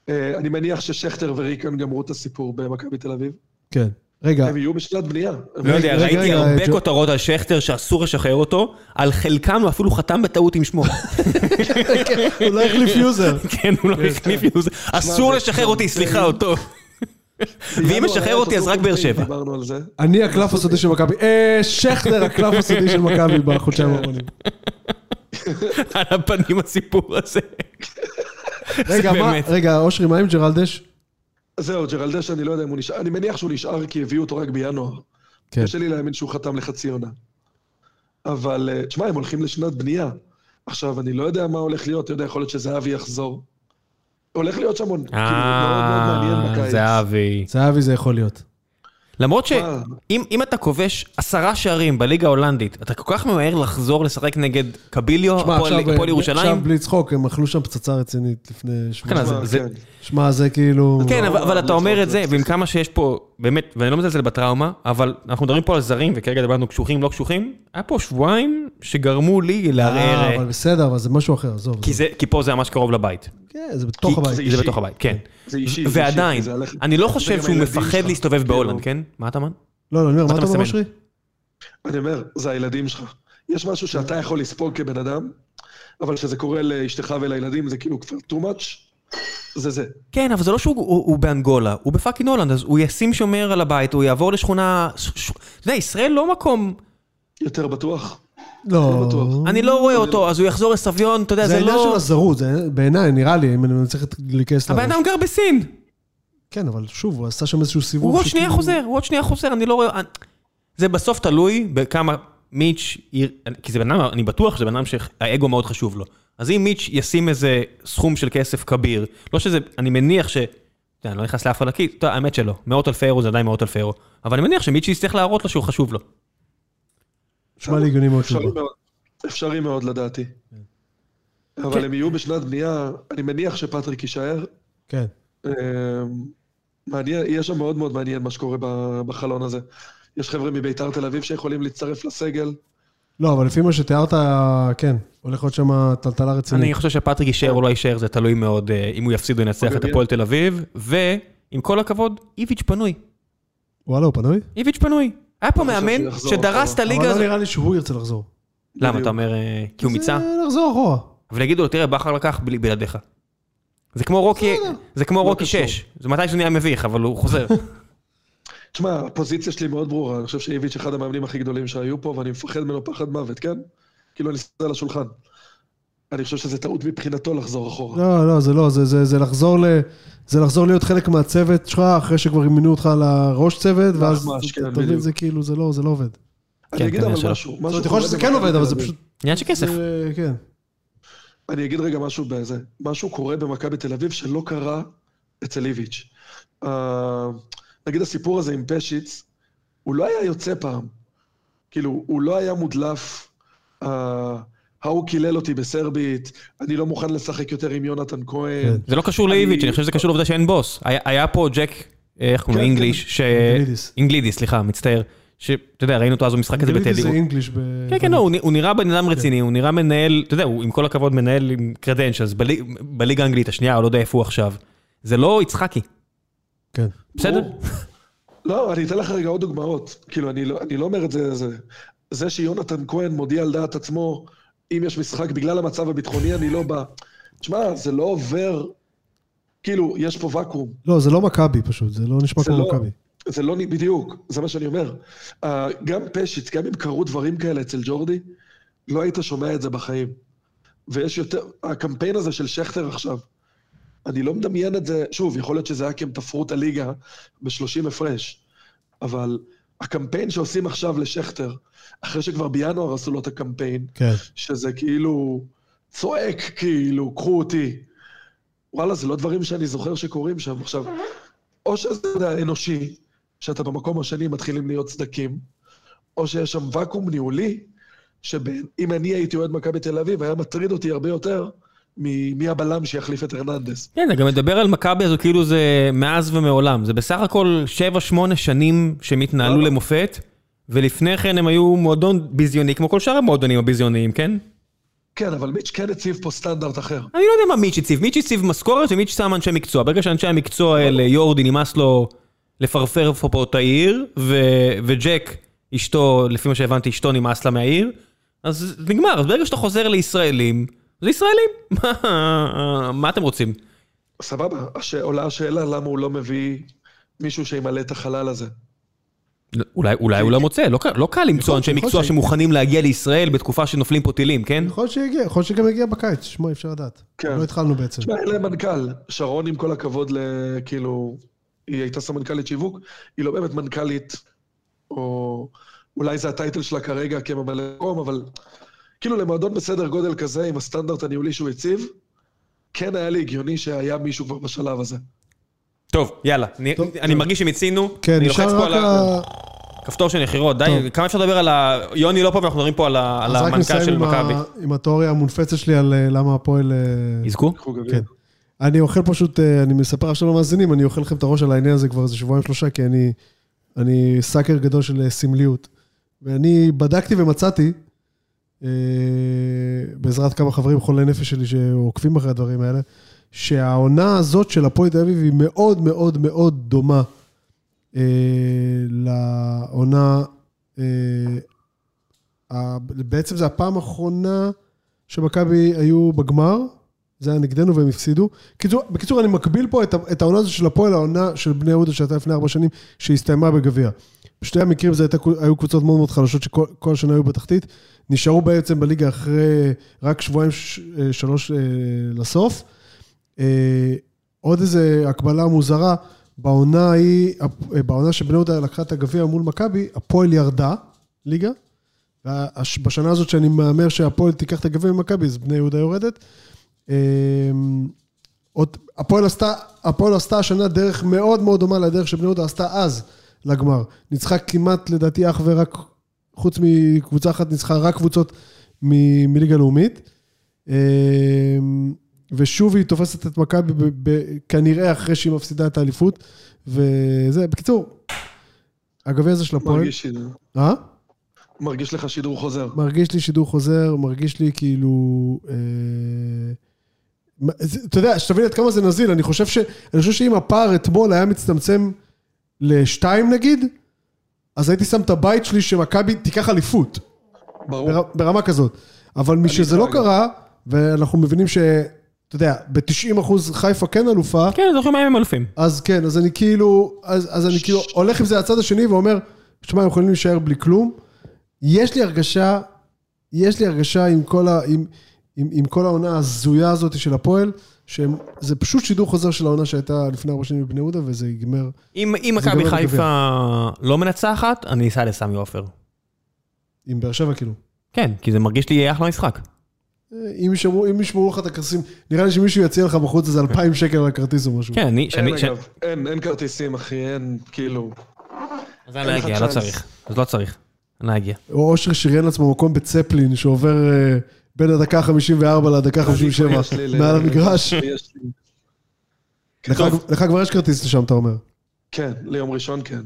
אה, אני מניח ששכטר וריקן גמרו את הסיפור במכבי תל אביב.
כן. רגע,
הם יהיו בשנת בנייה. הם-
לא יודע,
רגע,
ראיתי
רגע,
הרבה
ג'ו-
כותרות על שכטר שאסור לשחרר אותו, על חלקם הוא אפילו חתם בטעות עם שמו.
הוא לא החליף
[LAUGHS]
יוזר.
כן, הוא לא החליף יוזר. אסור
זה-
לשחרר אותי, סליחה, אותו. [LAUGHS] ואם
בינואר
משחרר
היה
אותי,
את
אז
אותו
רק באר
קמפיין,
שבע.
דיברנו על זה.
אני הקלף הסודי של מכבי. אה, שכטר הקלף הסודי של מכבי בחודשיים האחרונים.
על הפנים הסיפור הזה. [LAUGHS] זה
רגע, מה-
באמת.
רגע, אושרי, מה עם ג'רלדש?
זהו, ג'רלדש, אני לא יודע אם הוא נשאר, אני מניח שהוא נשאר כי הביאו אותו רק בינואר.
כן.
קשה לי להאמין שהוא חתם לחצי עונה. אבל, אה, תשמע, הם הולכים לשנת בנייה. עכשיו, אני לא יודע מה הולך להיות, אתה יודע, יכול להיות שזהבי יחזור. הולך להיות שם, כאילו, מאוד מאוד מעניין
אה,
בקיץ.
זהבי.
זהבי זה יכול להיות.
אה, למרות
מה?
שאם אם אתה כובש עשרה שערים בליגה ההולנדית, אתה כל כך ממהר לחזור לשחק נגד קביליו,
שמע,
הפועל
עכשיו, אה,
הפועל
עכשיו
ירושלים?
בלי צחוק, הם אכלו שם פצצה רצינית לפני
כן,
שבוע.
אז
מה,
זה-
כן.
שמע, זה כאילו...
כן, אבל-
לא,
אבל
לא,
אתה
לא
אומר
צחוק,
את זה,
לא
ועם כמה שיש פה, באמת, ואני לא מזלזל בטראומה, אבל אנחנו מדברים פה על זרים, וכרגע דיברנו קשוחים, לא קשוחים, היה פה שבועיים שגרמו לי
אה,
לערער,
אבל בסדר, אבל זה משהו אחר, עזוב.
כי זה- כי פה זה ממש קרוב לבית.
כן, זה בתוך
כי-
הבית.
כי זה
אישי.
בתוך הבית, כן.
זה אישי, זה אישי,
ועדיין,
כי זה הלך-
אני לא
זה
חושב
גם
שהוא
הילדים
מפחד
שלך,
להסתובב
כאילו.
בהולנד, כן? מה אתה אומר?
לא, לא, אני אומר,
מה
מה
אתה
אתה אומר,
מסמן?
אושרי?
אני אומר, זה הילדים שלך. יש משהו שאתה יכול לספוג כבן אדם, אבל כשזה קורה לאשתך ולילדים זה כאילו כבר too much, זה זה.
כן, אבל זה לא שהוא הוא, הוא באנגולה, הוא בפאקינג הולנד, אז הוא ישים שומר על הבית, הוא יעבור לשכונה... ש- ש- אתה יודע, ישראל לא מקום,
יותר בטוח.
לא.
לא בטוח.
אני לא רואה אותו, אז הוא יחזור לסביון, אתה יודע,
זה
זה
העניין של
לא...
הזרות, זה בעיניי, נראה לי, אם אני צריך להיכנס
הבן
לראש.
אדם גר בסין,
כן, אבל שוב, הוא עשה שם איזשהו סיבוב.
הוא עוד
שכאילו-
שנייה חוזר, הוא עוד שנייה חוזר, אני לא רואה... אני- זה בסוף תלוי בכמה מיץ', יר- כי זה בן אדם, אני בטוח שזה בן אדם שהאגו מאוד חשוב לו. אז אם מיץ' ישים איזה סכום של כסף כביר, לא שזה, אני מניח ש... אתה יודע, אני לא נכנס לאף אחד לכיס, אתה יודע, האמת שלא, מאות אלפי אירו זה עדיין מאות אלפי אירו, אבל אני מניח שמיץ' יצטרך להראות לו שהוא חשוב לו.
נשמע לי הגיוני מאוד
אפשרי
שלא.
מאוד, אפשרי מאוד לדעתי.
כן.
אבל הם יהיו בשנת בנייה, אני מניח שפטריק יישאר.
כן.
אמ, מעניין, יהיה שם מאוד מאוד מעניין מה שקורה ב- בחלון הזה. יש חבר'ה מביתר תל אביב שיכולים להצטרף לסגל.
לא, אבל לפי מה שתיארת, כן, הולך להיות שם טלטלה
אני
רצינית.
חושב שפטריק יישאר או לא יישאר, זה תלוי מאוד אה, אם הוא יפסיד או ינצח את
בגביע.
הפועל תל אביב. ועם כל הכבוד, איביץ' פנוי.
וואלה, הוא פנוי?
איביץ' פנוי. היה פה
אני חושב
מאמן
שהוא יחזור
שדרס
אחורה.
את הליגה
אבל לא
הזאת.
נראה לי שהוא ירצה לחזור.
למה,
בדיוק.
אתה אומר, אה, כי הוא מיצה?
זה לחזור אחורה.
אבל יגידו לו, תראה, בכר לקח בלי- בלעדיך. זה כמו רוקי, זה כמו רוקי
קשור.
6. זה מתי שזה נהיה מביך, אבל הוא חוזר.
תשמע, הפוזיציה שלי מאוד ברורה, אני חושב שאיביץ' אחד המאמנים הכי גדולים שהיו פה, ואני מפחד ממנו פחד מוות, כן? כאילו, אני שם על השולחן. אני חושב שזה טעות מבחינתו לחזור אחורה.
לא, לא, זה לא, זה- זה זה לחזור ל... זה לחזור להיות חלק מהצוות שלך, אחרי שכבר מינו אותך לראש צוות, ואז
ממש,
אתה
כן,
אתה מבין,
בדיוק.
זה כאילו, זה לא זה לא עובד. זאת
כן,
אני אגיד
כנראה
אבל
שלא.
משהו. משהו
אומרת, יכול
קורה
להיות שזה
במכבי
כן עובד, אבל זה
תל אביב.
פשוט...
עניין של כסף.
זה- כן.
אני אגיד רגע משהו בזה. משהו קורה במכבי תל אביב שלא קרה אצל איביץ'. אה, נגיד הסיפור הזה עם פשיץ, הוא לא היה יוצא פעם. כאילו, הוא לא היה מודלף. אה, ההוא קילל אותי בסרבית, אני לא מוכן לשחק יותר עם יונתן
כן.
כהן.
זה לא קשור
אני-
לאיביץ', אני חושב שזה קשור לעובדה שאין בוס. היה- היה פה ג'ק, אה, איך קוראים לו?
כן,
אינגליש, ש...
אינגלידיס.
אינגלידיס, סליחה, מצטער. שאתה יודע, ראינו אותו אז במשחק הזה
גרידי
בטדי.
זה
הוא-
אינגליש ב...
כן, כן, לא, הוא נ- הוא נראה בן אדם רציני, הוא נראה מנהל, אתה יודע, הוא עם כל הכבוד מנהל עם קרדנצ'ס, בליגה האנגלית השנייה, אני לא יודע איפה הוא עכשיו. זה לא יצחקי,
כן.
בסדר?
ברור. לא, אני אתן לך רגע עוד דוגמאות. כאילו, אני לא, אני לא אומר את זה, זה... זה שיונתן כהן מודיע על דעת עצמו, אם יש משחק בגלל המצב הביטחוני, אני לא בא. תשמע, זה לא עובר... כאילו, יש פה ואקום.
לא, זה לא מכבי פשוט, זה לא נשמע
זה לא-
כמו מכבי.
זה לא... נ- בדיוק, זה מה שאני אומר. אה, גם פשיץ, גם אם קרו דברים כאלה אצל ג'ורדי, לא היית שומע את זה בחיים. ויש יותר... הקמפיין הזה של שכטר עכשיו, אני לא מדמיין את זה, שוב, יכול להיות שזה היה כי הם תפרו את הליגה ב-30 הפרש, אבל הקמפיין שעושים עכשיו לשכטר, אחרי שכבר בינואר עשו לו את הקמפיין,
כן.
שזה כאילו צועק, כאילו, קחו אותי. וואלה, זה לא דברים שאני זוכר שקורים שם. עכשיו, או שזה אתה יודע, אנושי, שאתה במקום השני מתחילים להיות סדקים, או שיש שם ואקום ניהולי, שאם אני הייתי אוהד מכבי תל אביב, היה מטריד אותי הרבה יותר ממי הבלם שיחליף את הרננדס.
כן, אתה גם מדבר על מכבי הזו כאילו זה מאז ומעולם. זה בסך הכל 7-8 שנים שהם התנהלו
לא.
למופת, ולפני כן הם היו מועדון ביזיוני, כמו כל שאר המועדונים הביזיוניים, כן?
כן, אבל מיץ' כן הציב פה סטנדרט אחר.
אני לא יודע מה מיץ' הציב, מיץ' הציב משכורת ומיץ' שם אנשי מקצוע. ברגע שאנשי המקצוע האלה, יורדי נמאס לו לפרפר פה את העיר, ו- וג'ק, אשתו, לפי מה שהבנתי, אשתו נמאס לה מהעיר, אז נגמר. אז ברגע שאתה חוזר לישראלים, זה ישראלים. [LAUGHS] מה, מה אתם רוצים?
סבבה, הש... עולה השאלה למה הוא לא מביא מישהו שימלא את החלל הזה.
לא, אולי, אולי הוא לא מוצא, לא, ק- לא קל למצוא
כן. יכול-
אנשי
יכול
מקצוע
ש-
שמוכנים להגיע לישראל בתקופה שנופלים פה טילים, כן?
יכול להיות שיגיע, יכול להיות שגם יגיע בקיץ, שמע, אי אפשר לדעת.
כן.
לא התחלנו בעצם.
תשמע, אין להם מנכ"ל. שרון, עם כל הכבוד, ל- כאילו, היא הייתה סמנכ"לית שיווק, היא לא באמת מנכ"לית, או אולי זה הטייטל שלה כרגע כממלא מקום, אבל כאילו למועדון בסדר גודל כזה, עם הסטנדרט הניהולי שהוא הציב, כן היה לי הגיוני שהיה מישהו כבר בשלב הזה.
טוב, יאללה. אני,
טוב,
אני מרגיש שמיצינו.
כן,
אני
נשאר
לוחץ פה
רק
על
ה...
הכפתור של מכירות, די,
טוב.
כמה אפשר לדבר על ה... יוני לא פה ואנחנו מדברים פה על, ה... על
אז רק
המנכ"ל
נסיים
של
עם ה-
מכבי.
עם התיאוריה המונפצת שלי על אה, למה הפועל... אה,
יזכו?
קחו גביע.
כן. אני אוכל פשוט, אה, אני מספר עכשיו למאזינים, אני אוכל לכם את הראש על העניין הזה כבר איזה שבועיים שלושה, כי אני, אני סאקר גדול של אה, סמליות. ואני בדקתי ומצאתי, אה, בעזרת כמה חברים חולי נפש שלי שעוקבים אחרי הדברים האלה, שהעונה הזאת של הפועל תל אביב היא מאוד מאוד מאוד דומה אה, לעונה, אה, ה- בעצם זו הפעם האחרונה שמכבי היו בגמר, זה היה נגדנו והם הפסידו. קיצור, בקיצור, אני מקביל פה את, ה- את העונה הזו של הפועל לעונה של בני יהודה שהייתה לפני ארבע שנים, שהסתיימה בגביע. בשני המקרים זה הייתה, קו- היו קבוצות מאוד מאוד חלשות שכל כל השנה היו בתחתית, נשארו בעצם בליגה אחרי רק שבועיים, ש, אה, שלוש אה, לסוף. אה, עוד איזה הקבלה מוזרה, בעונה ההיא, הפ- אה, בעונה שבני יהודה לקחה את הגביע מול מכבי, הפועל ירדה ליגה. והש- בשנה הזאת שאני מהמר שהפועל תיקח את הגביע ממכבי, אז בני יהודה יורדת. אמ, עוד, הפועל, עשתה, הפועל עשתה השנה דרך מאוד מאוד דומה לדרך שבני יהודה עשתה אז לגמר. ניצחה כמעט, לדעתי, אך ורק חוץ מקבוצה אחת ניצחה רק קבוצות מ- מליגה לאומית. אה, ושוב היא תופסת את מכבי ב- ב- כנראה אחרי שהיא מפסידה את האליפות. וזה, בקיצור, הגביע הזה של הפועל...
מרגיש, שידור-
אה?
מרגיש לך שידור חוזר.
מרגיש לי שידור חוזר, מרגיש לי כאילו... אה, מה- זה- אתה יודע, שתבין עד כמה זה נזיל, אני חושב, ש, אני חושב שאם הפער אתמול היה מצטמצם לשתיים נגיד, אז הייתי שם את הבית שלי שמכבי תיקח אליפות,
ברור.
בר, ברמה כזאת. אבל משזה
איתך,
לא
אגב.
קרה, ואנחנו מבינים ש... אתה יודע, ב-90% חיפה כן אלופה,
כן, זוכרים מה הם אלופים.
אז כן, אז אני כאילו, אז, אז אני כאילו הולך עם זה לצד השני ואומר, שמע, הם יכולים להישאר בלי כלום. יש לי הרגשה, יש לי הרגשה עם כל, ה, עם, עם, עם כל העונה ההזויה הזאת של הפועל, שזה פשוט שידור חוזר של העונה שהייתה לפני ארבע שנים בבני יהודה, וזה ייגמר.
אם אם
זה
מכבי
גמר
חיפה לא מנצחת, אני אסע לסמי עופר.
עם באר שבע כאילו. אה,
כן, כי זה מרגיש לי אחלה משחק.
אם ישמעו, אם ישמעו לך את הכרטיסים, נראה לי שמישהו יציע לך בחוץ איזה אלפיים שקל על הכרטיס או משהו.
כן, אני...
אין,
לא,
שאני- ש-
אגב, אין, אין כרטיסים, אחי, אין, כאילו...
אז אני
אין
לא
לך
אגיע, לא
צ'אנס.
צריך. אז לא צריך. אני לא אגיע.
או אושר שריין לעצמו מקום בצפלין שעובר אה, בין הדקה ה-54 לדקה
יש לי
ה-57
ל-
מעל המגרש.
יש לי.
לך-
טוב,
לך כבר יש כרטיס לשם, אתה אומר.
כן, ליום ראשון כן.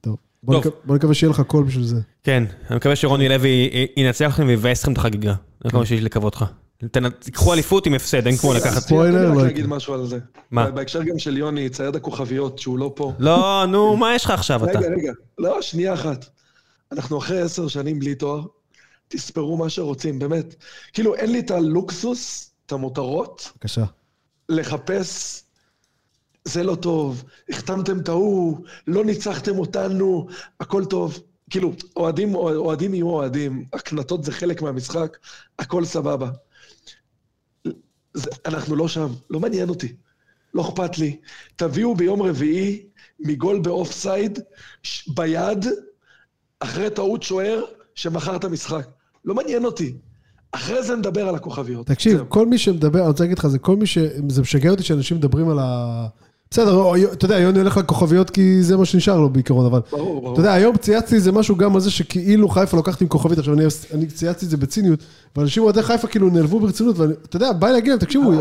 טוב. בוא
טוב.
נקו- בוא נקווה שיהיה לך קול בשביל זה.
כן, אני מקווה שרוני לוי י- ינצח אתכם ויבאס לכם את החגיגה. זה כל מה שיש לי לקוות לך. תנ- תיקחו אליפות עם הפסד, אין כמו לקחת.
ספוילר,
אני רק
לא
להגיד
יקרה.
משהו על זה.
מה?
בהקשר גם של יוני, צייד הכוכביות, שהוא לא פה.
לא, נו, מה יש לך עכשיו אתה?
רגע, רגע, לא, שנייה אחת. אנחנו אחרי עשר שנים בלי תואר, תספרו מה שרוצים, באמת. כאילו, אין לי את הלוקסוס, את המותרות,
בבקשה.
לחפש, זה לא טוב, החתמתם את ההוא, לא ניצחתם אותנו, הכל טוב. כאילו, אוהדים, אוהדים יהיו אוהדים, הקנטות זה חלק מהמשחק, הכל סבבה. זה, אנחנו לא שם, לא מעניין אותי, לא אכפת לי. תביאו ביום רביעי מגול באוף סייד, ש- ביד, אחרי טעות שוער, שמכר את המשחק. לא מעניין אותי. אחרי זה נדבר על הכוכביות.
תקשיב,
זהו.
כל מי שמדבר, אני רוצה להגיד לך, זה כל מי ש... זה משגע אותי שאנשים מדברים על ה... בסדר, או- אתה יודע, יוני הולך לכוכביות כי זה מה שנשאר לו בעיקרון, אבל...
ברור, ברור.
אתה יודע, היום צייצתי איזה משהו גם על זה שכאילו חיפה לוקחת עם כוכבית, עכשיו אני, אני צייצתי את זה בציניות, ואנשים אוהדי חיפה כאילו נעלבו ברצינות, ואני, אתה יודע, בא לי להגיד להם, תקשיבו, יא-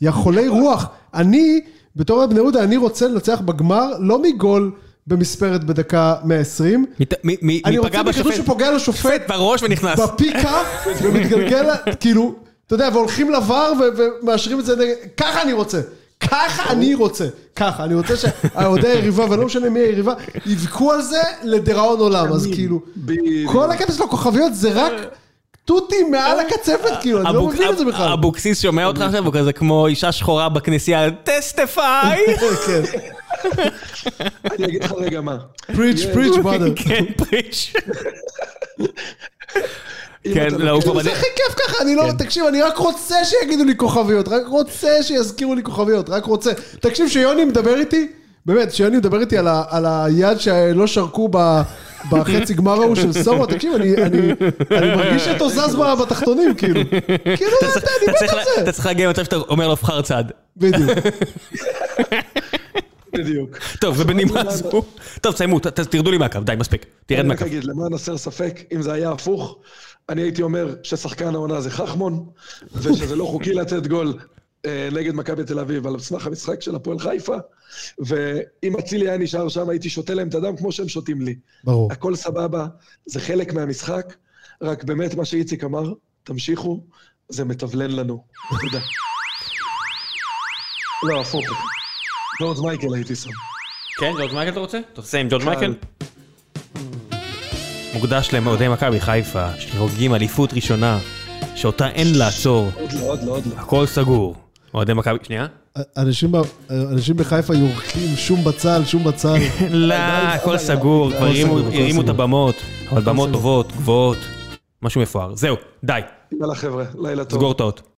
יא חולי רוח, אני, בתור אוהד בני יהודה, אני רוצה לנצח בגמר, לא מגול במספרת בדקה 120,
מת- מ- מ-
אני
מפגע
רוצה בכדור
בשופט
שפוגע לשופט
בראש ונכנס.
בפיקה ומתגלגל, כאילו, אתה יודע, והולכים לבר ו- ומאשרים את זה נגד, ככה אני רוצה. ככה אני רוצה, ככה, אני רוצה שהאוהדי היריבה, ולא משנה מי היריבה, יבכו על זה לדיראון עולם, אז כאילו,
בדיוק.
כל הקטע של הכוכביות זה רק תותים מעל הקצפת, כאילו, אני לא
אבוק-
מבין את זה בכלל.
אבוקסיס שומע אותך עכשיו, הוא כזה כמו אישה שחורה בכנסייה, טסטיפיי!
[LAUGHS] כן,
אני אגיד לך רגע מה.
פריץ', פריץ',
[LAUGHS]
brother.
כן, פריץ'.
אם
כן,
אתה
לא, הוא
לוקח-
כבר
זה הכי כיף ככה, אני לא,
כן.
תקשיב, אני רק רוצה שיגידו לי כוכביות, רק רוצה שיזכירו לי כוכביות, רק רוצה. תקשיב, שיוני מדבר איתי, באמת, שיוני מדבר איתי על ה- על היד שלא שרקו ב- בחצי גמר ההוא של סורו, תקשיב, אני- אני אני מרגיש שאתה זז ב- בתחתונים, כאילו. כאילו, אתה יודע, אני
אתה
מת
צריך
על
לה-
זה.
אתה צריך להגיע למצב שאתה אומר לו בחר צד.
בדיוק.
בדיוק.
טוב,
[LAUGHS]
ובנימה זו... טוב, תסיימו, ת- ת- תרדו לי מהקו, די, מספיק. תרד
אני רק
מהקו.
אגיד, למען הסר ספק, אם זה היה הפוך, אני הייתי אומר ששחקן העונה זה חכמון, ושזה לא חוקי לתת גול אה, נגד מכבי תל אביב על סמך המשחק של הפועל חיפה, ואם אצילי היה נשאר שם, הייתי שותה להם את הדם כמו שהם שותים לי.
ברור.
הכל סבבה, זה חלק מהמשחק, רק באמת מה שאיציק אמר, תמשיכו, זה מטבלן לנו. תודה. לא, הפוך. ג'ורג' מייקל הייתי שם.
כן, ג'ורג' מייקל אתה רוצה? תסיים, ג'ורג' מייקל. מוקדש למאוהדי מכבי חיפה, שהוגים אליפות ראשונה, שאותה אין לעצור.
עוד לא, עוד לא, עוד לא.
הכל סגור. אוהדי מכבי... שנייה.
אנשים ב- אנשים בחיפה יורקים שום בצל, שום בצל.
לא,
אה,
הכל סגור, כבר הרימו-
סגור, אה, הכל
הרימו את
סגור.
הבמות, אבל
הכל
במות
סגור.
טובות, גבוהות, משהו מפואר. זהו, די,
יאללה חבר'ה, לילה טוב.
סגור את האות.